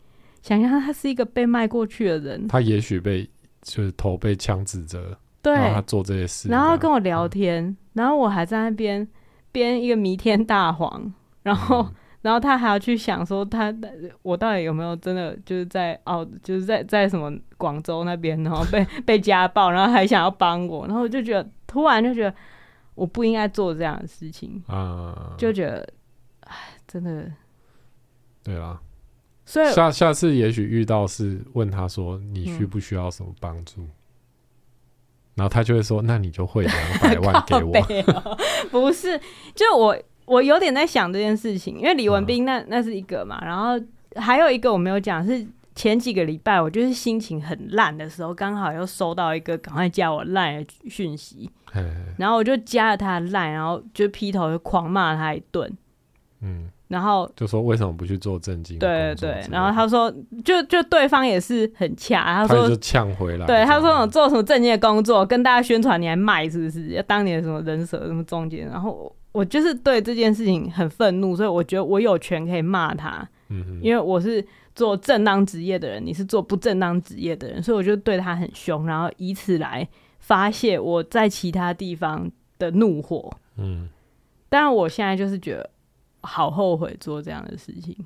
S1: 想象他是一个被卖过去的人，
S2: 他也许被就是头被枪指着，
S1: 对，
S2: 然后哦他做这些事，
S1: 然后跟
S2: 我
S1: 我聊天，然后我还在那边编一个弥天大谎，然后、 然后他还要去想说他我到底有没有真的就是在澳就是在在什么广州那边，然后被被家暴，然后还想要帮我，然后我就觉得突然就觉得我不应该做这样的事情，
S2: 啊，
S1: 就觉得唉，真的，
S2: 对啦，
S1: 所以
S2: 下下次也许遇到是问他说
S1: 嗯
S2: 你需不需要什么帮助，然后他就会说那你就汇两百万给 我
S1: 靠，背哦 不是，就我我有点在想这件事情，因为李文
S2: 嗯
S1: 斌那、那是一个嘛，然后还有一个我没有讲是前几个礼拜我就是心情很烂的时候，刚好又收到一个赶快加我烂的讯息，
S2: 嘿嘿
S1: 然后我就加了他的烂，然后就劈头就狂骂他一顿，
S2: 嗯，
S1: 然后。
S2: 就说为什么不去做正经的
S1: 对
S2: 工作之类
S1: 对
S2: 的？，
S1: 然后他说，就就对方也是很恰，他
S2: 他
S1: 说
S2: 就呛回来，
S1: 对，他
S2: 这
S1: 说我
S2: 样嗯
S1: 做什么正经的工作，跟大家宣传你还卖是不是？要当你的什么人蛇什么中间？然后我我就是对这件事情很愤怒，所以我觉得我有权可以骂他，
S2: 嗯哼
S1: 因为我是做正当职业的人，你是做不正当职业的人，所以我就对他很凶，然后以此来发泄我在其他地方的怒火。
S2: 嗯，
S1: 但我现在就是觉得好后悔做这样的事情。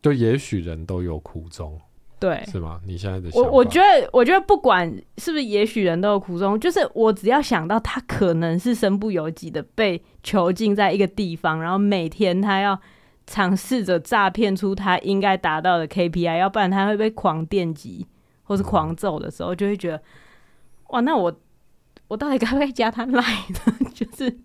S2: 就也许人都有苦衷，
S1: 对，
S2: 是吗？你现在的
S1: 我
S2: 想
S1: 我
S2: 法
S1: 觉得，我觉得不管是不是，也许人都有苦衷，就是我只要想到他可能是身不由己的被囚禁在一个地方，然后每天他要尝试着诈骗出他应该达到的 KPI，要不然他会被狂电击或是
S2: 嗯
S1: 狂揍的时候，就会觉得哇，那我我到底该不该加他 line 呢？就是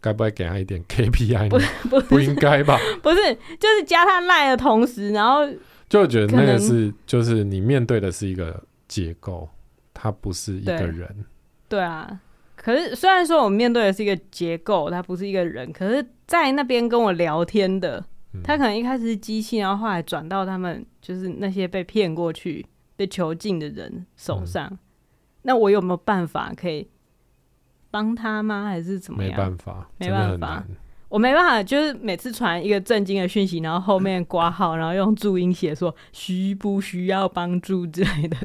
S2: 该不该给他一点 KPI？
S1: 不
S2: 呢
S1: 不
S2: 不应该 吧？
S1: 不是，就是加他 line 的同时，然后
S2: 就觉得那
S1: 可
S2: 个
S1: 能
S2: 是就是你面对的是一个结构，它不是一个
S1: 对
S2: 人。
S1: 对啊，可是虽然说我们面对的是一个结构，它不是一个人，可是，在那边跟我聊天的，
S2: 嗯
S1: 他可能一开始是机器，然后后来转到他们就是那些被骗过去、被囚禁的人手
S2: 嗯
S1: 上。那我有没有办法可以帮他吗？还是怎么
S2: 没
S1: 样？
S2: 办法，
S1: 没
S2: 真的
S1: 办
S2: 很
S1: 法
S2: 难。嗯
S1: 我没办法，就是每次传一个震惊的讯息，然后后面挂号，然后用注音写说需不需要帮助之类的。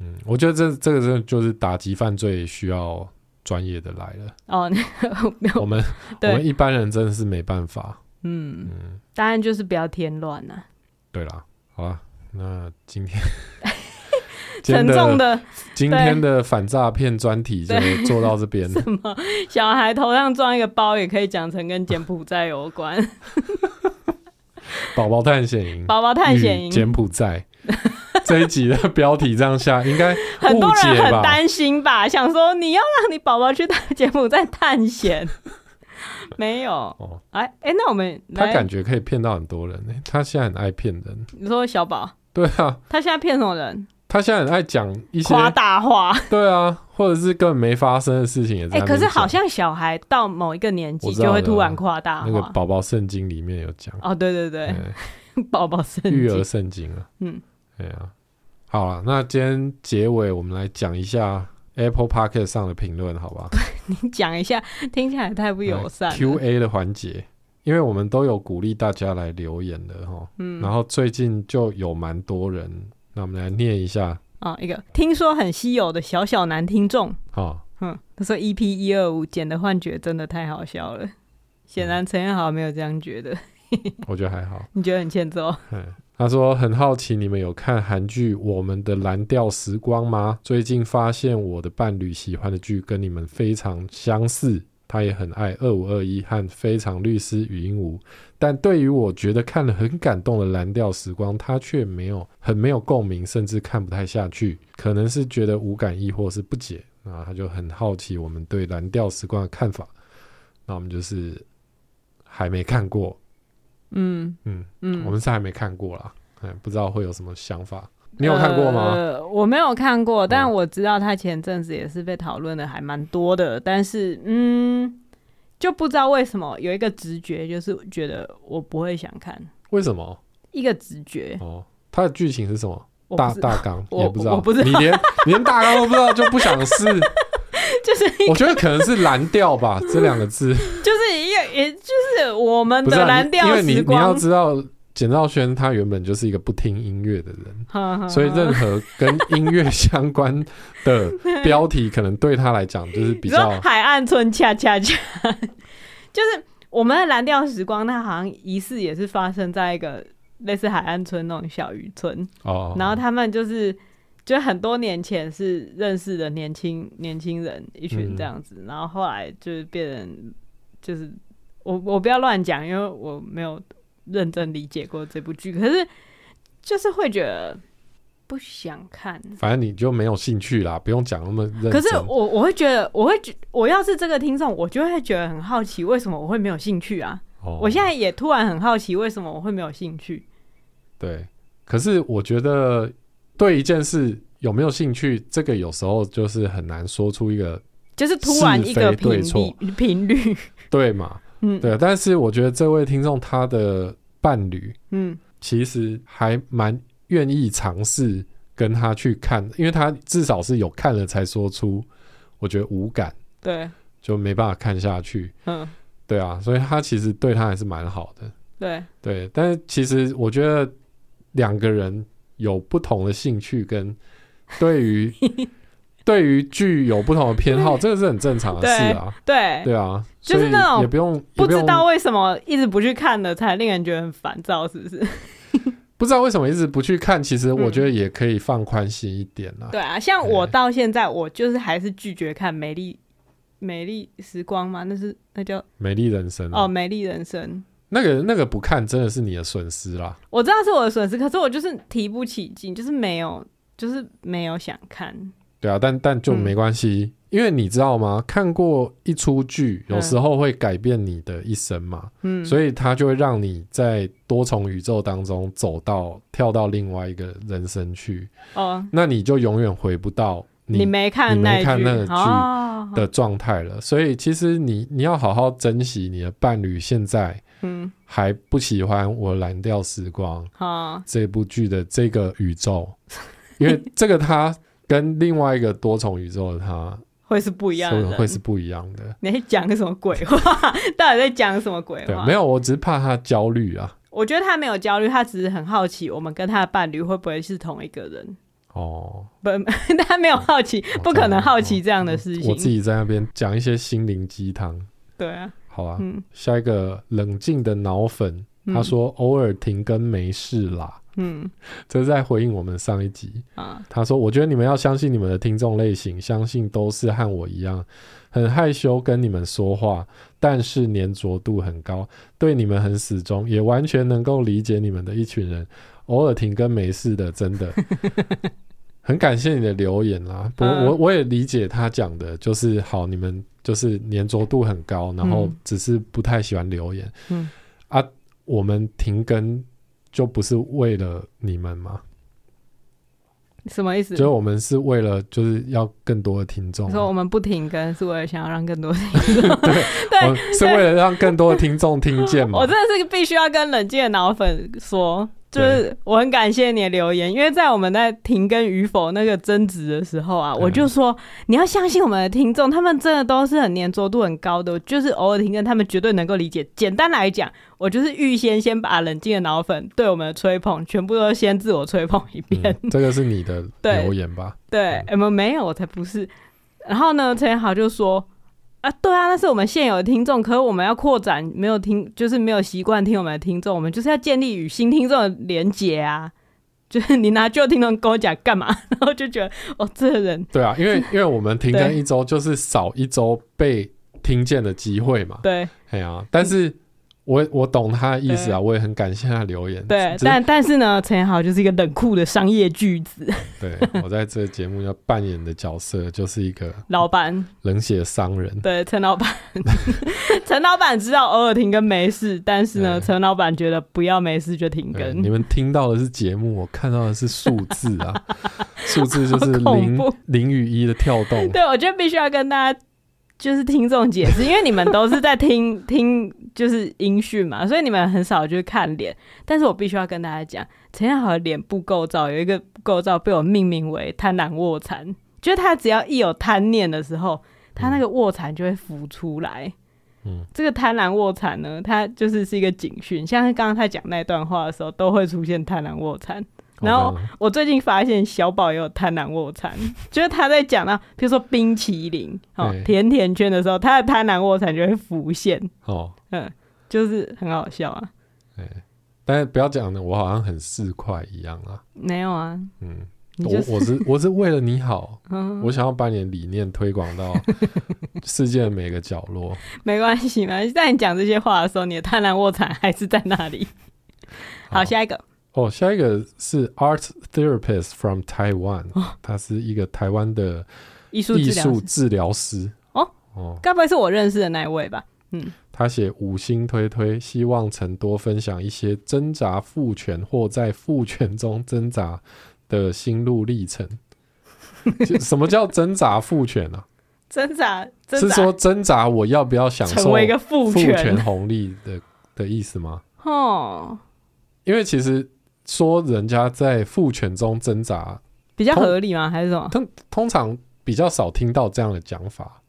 S2: 嗯，我觉得这这个真的就是打击犯罪需要专业的来 了。
S1: 哦，那个没
S2: 我
S1: 有，
S2: 们我
S1: 对
S2: 们一般人真的是没办法。
S1: 嗯，当然就是不要添乱啊呐、
S2: 对啦，好啦，那今 天 今天
S1: 沉重的
S2: 今天的反诈骗专题就做到 这边。
S1: 小孩头上装一个包，也可以讲成跟柬埔寨有关。
S2: 宝宝探险营，
S1: 宝宝探险
S2: 与
S1: 营，
S2: 柬埔寨这一集的标题这样下，应该
S1: 很
S2: 误
S1: 多人
S2: 解
S1: 很
S2: 吧？
S1: 担心吧，想说你要让你宝宝去柬埔寨探 险，没有
S2: 哦？
S1: 哎哎，那我们
S2: 他
S1: 来
S2: 感，觉可以骗到很多人、欸，他现在很爱骗人。
S1: 你说小宝
S2: 对啊，
S1: 他现在骗什么人？
S2: 他现在很爱讲一些
S1: 夸大话。
S2: 对啊，或者是根本没发生的事情也在
S1: 哎，
S2: 那边讲。
S1: 可是好像小孩到某一个年纪
S2: 我知道
S1: 就会
S2: 的
S1: 突然夸大
S2: 那个
S1: 化。
S2: 宝宝圣经里面有讲，
S1: 哦哦，对对对，
S2: 哎
S1: 宝宝生
S2: 育儿
S1: 气。
S2: 圣经啊，
S1: 嗯，
S2: 对啊。好了，那今天结尾我们来讲一下 Apple p o c k e t 上的评论，好吧？
S1: 你讲一下，听起来太不友善了。
S2: Q&A 的环节，因为我们都有鼓励大家来留言的哈。
S1: 嗯
S2: 然后最近就有蛮多人，那我们来念一下
S1: 啊、一个听说很稀有的小小男听众，
S2: 哈。
S1: 哼，他说 EP 一二五剪的幻觉真的太好笑了。显然陈彦豪没有这样觉得，
S2: 我觉得还好。
S1: 你觉得很欠揍？
S2: 他说很好奇你们有看韩剧《我们的蓝调时光》吗？最近发现我的伴侣喜欢的剧跟你们非常相似，他也很爱《二五二一》和《非常律师禹英禑》，但对于我觉得看了很感动的《蓝调时光》，他却没有很没有共鸣，甚至看不太下去，可能是觉得无感，亦或是不解。那他就很好奇我们对《蓝调时光》的看法。那我们就是还没看过，
S1: 嗯
S2: 嗯。
S1: 嗯，
S2: 我们是还没看过啦，哎，不知道会有什么想法。你有看过吗？
S1: 呃，我没有看过，但
S2: 嗯
S1: 我知道他前阵子也是被讨论的还蛮多的，但是嗯，就不知道为什么有一个直觉，就是觉得我不会想看，
S2: 为什么？
S1: 一个直觉，
S2: 哦，它的剧情是什么？
S1: 我不
S2: 大
S1: 是
S2: 大纲
S1: 我
S2: 也不知道，
S1: 我不知道
S2: 你连 你连大纲都不知道就不想试。
S1: 就是
S2: 我觉得可能是蓝调吧，这两个字
S1: 就是也也就是我们
S2: 不是啊、
S1: 的蓝
S2: 你因
S1: 调
S2: 为你
S1: 时
S2: 你要
S1: 光，
S2: 知道，简兆轩他原本就是一个不听音乐的人，
S1: 哈哈
S2: 所以
S1: 哈
S2: 任何跟音乐相关 的标题，可能对他来讲就是比
S1: 你说
S2: 较
S1: 海岸村恰恰恰， 就是我们的蓝调时光，它好像疑似也是发生在一个类似海岸村那种小渔村，
S2: 哦。
S1: 然后他们就是就很多年前是认识的年轻年轻人一群
S2: 嗯
S1: 这样子，然后后来就是变成就是我我不要乱讲，因为我没有认真理解过这部剧，可是就是会觉得不想看。
S2: 反正你就没有兴趣啦，不用讲那么认真。
S1: 可是我我会觉得，我会觉我要是这个听众，我就会觉得很好奇，为什么我会没有兴趣啊？
S2: 哦
S1: 我现在也突然很好奇，为什么我会没有兴趣？
S2: 对，可是我觉得对一件事有没有兴趣，这个有时候就是很难说出一个
S1: 就是突然一个
S2: 是非对
S1: 频
S2: 错
S1: 率频率，
S2: 对嘛。
S1: 嗯
S2: 对，啊但是我觉得这位听众他的伴侣
S1: 嗯
S2: 其实还蛮愿意尝试跟他去看，因为他至少是有看了才说出，我觉得无感
S1: 对
S2: 就没办法看下去。
S1: 嗯
S2: 对啊，所以他其实对他还是蛮好的。
S1: 对
S2: 对，但是其实我觉得两个人有不同的兴趣跟对于 对于剧有不同的偏好，这个是很正常的事啊。
S1: 对，
S2: 对啊，
S1: 就
S2: 所
S1: 是
S2: 以
S1: 那种
S2: 也不用
S1: 不
S2: 也不
S1: 知
S2: 用
S1: 道为什么一直不去看的，才令人觉得很烦躁，是不是？
S2: 不知道为什么一直不去看，其实我
S1: 嗯
S2: 觉得也可以放宽心一点啦。
S1: 对啊，像我
S2: 哎
S1: 到现在，我就是还是拒绝看《美丽美丽时光》嘛，那是那叫
S2: 美丽人生
S1: 哦《
S2: 哦，
S1: 美丽人生》。
S2: 那个那个不看真的是你的损失啦。
S1: 我知道是我的损失，可是我就是提不起劲，就是没有，就是没有想看。
S2: 对啊，但但就
S1: 嗯
S2: 没关系，因为你知道吗？看过一出剧，有
S1: 嗯
S2: 时候会改变你的一生嘛。
S1: 嗯，
S2: 所以它就会让你在多重宇宙当中走到跳到另外一个人生去，
S1: 哦，
S2: 那你就永远回不到
S1: 你
S2: 你
S1: 没看
S2: 你
S1: 那
S2: 没
S1: 一
S2: 看
S1: 句
S2: 那个剧
S1: 哦，
S2: 的状态了。所以其实你你要好好珍惜你的伴侣，现在
S1: 嗯，
S2: 还不喜欢我蓝调时光
S1: 好、哦，
S2: 这部剧的这个宇宙， 因为这个他跟另外一个多重宇宙的他
S1: 会是不一样的人。
S2: 会是不一样的。
S1: 你在讲什么鬼话？ 到底在讲什么鬼
S2: 对，
S1: 话？
S2: 没有，我只是怕他焦虑啊。
S1: 我觉得他没有焦虑，他只是很好奇，我们跟他的伴侣会不会是同一个人？
S2: 哦，
S1: 不， 他没有好奇，不可能好奇这样的事情。
S2: 我自己在那边讲一些心灵鸡汤。
S1: 对啊，
S2: 好啊，
S1: 嗯
S2: 下一个冷静的脑粉，
S1: 嗯
S2: 他说偶尔停更没事啦，
S1: 嗯
S2: 这是在回应我们上一集。
S1: 啊，
S2: 他说，我觉得你们要相信你们的听众类型，相信都是和我一样，很害羞跟你们说话，但是粘着度很高，对你们很始终，也完全能够理解你们的一群人。偶尔停更没事的，真的。 很感谢你的留言啦，不，
S1: 嗯
S2: 我我也理解他讲的，就是好，你们就是粘着度很高，然后
S1: 嗯
S2: 只是不太喜欢留言。
S1: 嗯
S2: 啊，我们停更就不是为了你们嘛，
S1: 什么意思？
S2: 就是我们是为了就是要更多的听众
S1: 你
S2: 啊，
S1: 说我们不停更是为了想要让更多人，
S2: 我们是为了让更多的听众听见嘛
S1: 我。真的是必须要跟冷静的脑粉说，就是我很感谢你的留言，因为在我们在停更与否那个争执的时候啊，
S2: 嗯
S1: 我就说你要相信我们的听众，他们真的都是很粘着度很高的，就是偶尔停更，他们绝对能够理解。简单来讲，我就是预先先把冷静的脑粉对我们的吹捧，全部都先自我吹捧一遍。
S2: 嗯，这个是你的
S1: 对
S2: 留言吧？
S1: 对，我们没有，我才不是。然后呢，陈彦豪就说：“啊，对啊，那是我们现有的听众，可是我们要扩展，没有听，就是没有习惯听我们的听众，我们就是要建立与新听众的连结啊。”就是你拿旧听众跟我讲干嘛？ 然后就觉得，哦，这个人
S2: 对啊， 因为因为我们停更
S1: 对
S2: 一周，就是少一周被听见的机会嘛。
S1: 对
S2: 哎呀、但是我我懂他的意思啊，我也很感谢他的留言。
S1: 对，
S2: 嗯只是
S1: 但但是呢，陈彦豪就是一个冷酷的商业巨子
S2: 对我在这个节目要扮演的角色就是一个
S1: 老板，
S2: 冷血商人。
S1: 对陈老板， 陈老板知道偶尔停更没事，但是呢，
S2: 对
S1: 陈老板觉得不要没事就停
S2: 对，
S1: 更
S2: 你，们听到的是节目，我看到的是数字 啊，数字就是
S1: 好恐
S2: 零
S1: 怖
S2: 零与一的跳动。啊
S1: 对，我觉得必须要跟大家就是听众解释，因为你们都是在听 听就是音讯嘛，所以你们很少去看脸。但是我必须要跟大家讲，陈彦豪的脸部构造有一个构造被我命名为贪婪卧蚕，就是他只要一有贪念的时候，他那个卧蚕就会浮出来。
S2: 嗯，
S1: 这个贪婪卧蚕呢，它就是是一个警讯，像是刚刚他讲那段话的时候，都会出现贪婪卧蚕。然后
S2: 好的
S1: 我最近发现小宝也有贪婪卧 蚕，就是他在讲到，比如说冰淇淋、哦
S2: 对
S1: 甜甜圈的时候，他的贪婪卧蚕就会浮现，
S2: 哦，
S1: 嗯，就是很好笑啊。
S2: 但是不要讲的，我好像很市侩一样啊。
S1: 没有啊，
S2: 嗯，
S1: 你
S2: 我
S1: 就是嗯
S2: 我是我是为了你好，我想要把你的理念推广到世界的每个角落。
S1: 没关系嘛。在你讲这些话的时候，你的贪婪卧蚕还是在那里。 好，下一个，
S2: 哦，下一个是 Art Therapist from Taiwan，、他是一个台湾的
S1: 艺术
S2: 艺
S1: 哦治疗
S2: 术
S1: 师，
S2: 治疗师。
S1: 哦
S2: 哦，
S1: 该不会是我认识的那一位吧？
S2: 他写五星推推，希望曾多分享一些挣扎父权或在父权中挣扎的心路历程。就什么叫挣扎父权啊？
S1: 挣扎， 挣
S2: 是
S1: 扎，
S2: 说挣扎我要不要享
S1: 成
S2: 受
S1: 为一个父
S2: 父
S1: 权，
S2: 红利的的意思吗？
S1: 哦，
S2: 因为其实说人家在父权中挣扎，
S1: 比较合理吗？还是什么？
S2: 通通常比较少听到这样的讲法。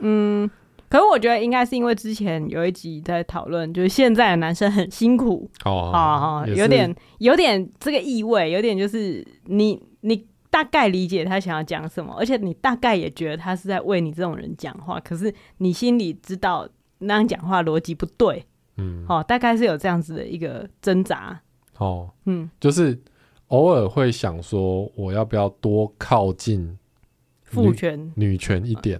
S1: 嗯，可是我觉得应该是因为之前有一集在讨论，就是现在的男生很辛苦
S2: 哦
S1: 啊、
S2: 也是
S1: 有点有点这个意味，有点就是你你大概理解他想要讲什么，而且你大概也觉得他是在为你这种人讲话，可是你心里知道那样讲话逻辑不对，
S2: 嗯
S1: 哦，大概是有这样子的一个啊挣扎，
S2: 哦，
S1: 嗯，
S2: 就是偶尔会想说，我要不要多靠近
S1: 父权，
S2: 女权一点，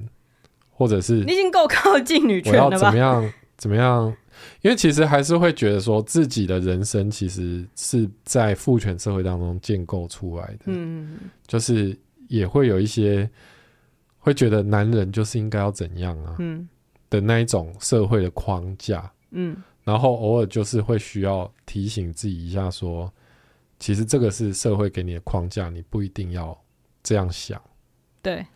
S2: 或者是
S1: 你已经够靠近女
S2: 我
S1: 权
S2: 要
S1: 了
S2: 怎么
S1: 吧？
S2: 样怎么样？因为其实还是会觉得说，自己的人生其实是在父权社会当中建构出来的。
S1: 嗯，
S2: 就是也会有一些会觉得男人就是应该要怎样啊
S1: 嗯
S2: 的那一种社会的框架，
S1: 嗯
S2: 然后偶尔就是会需要提醒自己一下说其实这个是社会给你的框架，你不一定要这样想，
S1: 对，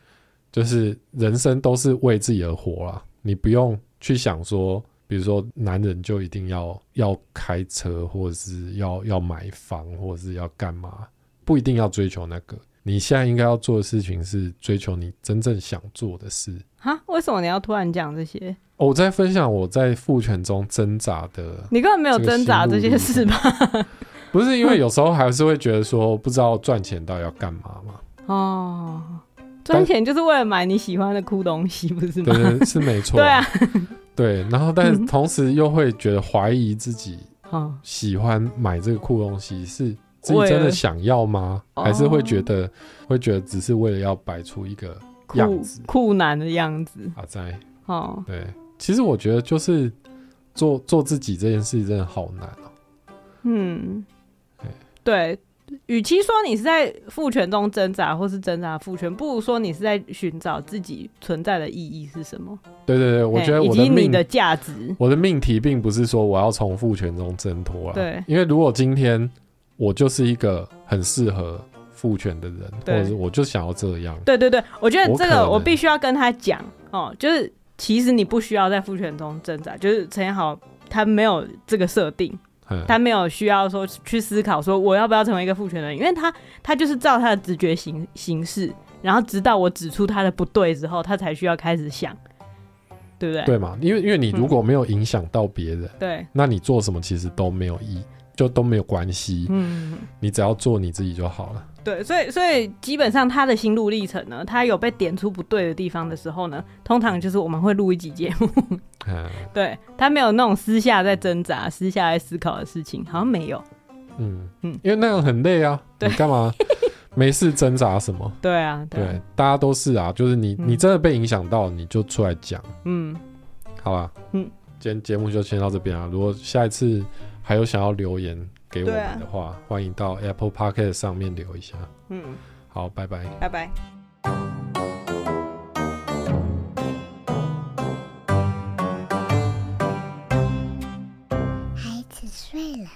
S2: 就是人生都是为自己而活啦，你不用去想说。比如说，男人就一定要要开车，或者是要要买房，或者是要干嘛，不一定要追求那个。你现在应该要做的事情是追求你真正想做的事。
S1: 哈，为什么你要突然讲这些？
S2: 哦我在分享我在父权中挣扎的，
S1: 你根本没有挣扎这些事吧？
S2: 不是因为有时候还是会觉得说不知道赚钱到底要干嘛嘛？
S1: 哦，赚钱就是为了买你喜欢的酷东西，不是
S2: 对
S1: 吗？
S2: 对，是没错。
S1: 对啊，
S2: 对然后但是
S1: 嗯
S2: 同时又会觉得怀疑自己
S1: 哦，
S2: 喜欢买这个酷东西是自己
S1: 为了
S2: 真的想要吗？
S1: 哦
S2: 还是会觉得会觉得只是为了要摆出一个
S1: 酷
S2: 样子
S1: 酷男的样子，
S2: 啊在。
S1: 哦，
S2: 对，其实我觉得就是做做自己这件事真的好难哦、
S1: 嗯，对。与其说你是在父权中挣扎，或是挣扎父权，不如说你是在寻找自己存在的意义是什么。
S2: 对对对，我觉得
S1: 哎以
S2: 我
S1: 及
S2: 的
S1: 你
S2: 命，
S1: 的价值。
S2: 我的命题并不是说我要从父权中挣脱啊啦。
S1: 对
S2: 因为如果今天我就是一个很适合父权的人，或
S1: 对
S2: 者是我就想要这样，
S1: 对对对，我觉得
S2: 我
S1: 这
S2: 可
S1: 个
S2: 能
S1: 我必须要跟他讲哦，就是其实你不需要在父权中挣扎，就是陈彦豪他没有这个设定，
S2: 嗯
S1: 他没有需要说去思考说我要不要成为一个父权人，因为他他就是照他的直觉行行事，然后直到我指出他的不对之后，他才需要开始想，对不对？
S2: 对嘛？因为因为你如果没有影响到别人，
S1: 对
S2: 那你做什么其实都没有意，就都没有关系。
S1: 嗯，
S2: 你只要做你自己就好了。
S1: 对，所以所以基本上他的心路历程呢，他有被点出不对的地方的时候呢，通常就是我们会录一集节目，
S2: 嗯
S1: 对他没有那种私下在挣扎、私下在思考的事情，好像没有。
S2: 嗯
S1: 嗯
S2: 因为那样很累啊，
S1: 对
S2: 你干 嘛没事挣扎什么？
S1: 对啊，对啊
S2: 对，大家都是啊，就是你
S1: 嗯
S2: 你真的被影响到，你就出来讲，
S1: 嗯，
S2: 好吧？
S1: 嗯，
S2: 今天节目就先到这边啊。如果下一次还有想要留言给我
S1: 对啊
S2: 们的话，欢迎到 Apple Podcast 上面留一下。
S1: 嗯，
S2: 好，拜拜。
S1: 拜拜。
S3: 孩子睡了，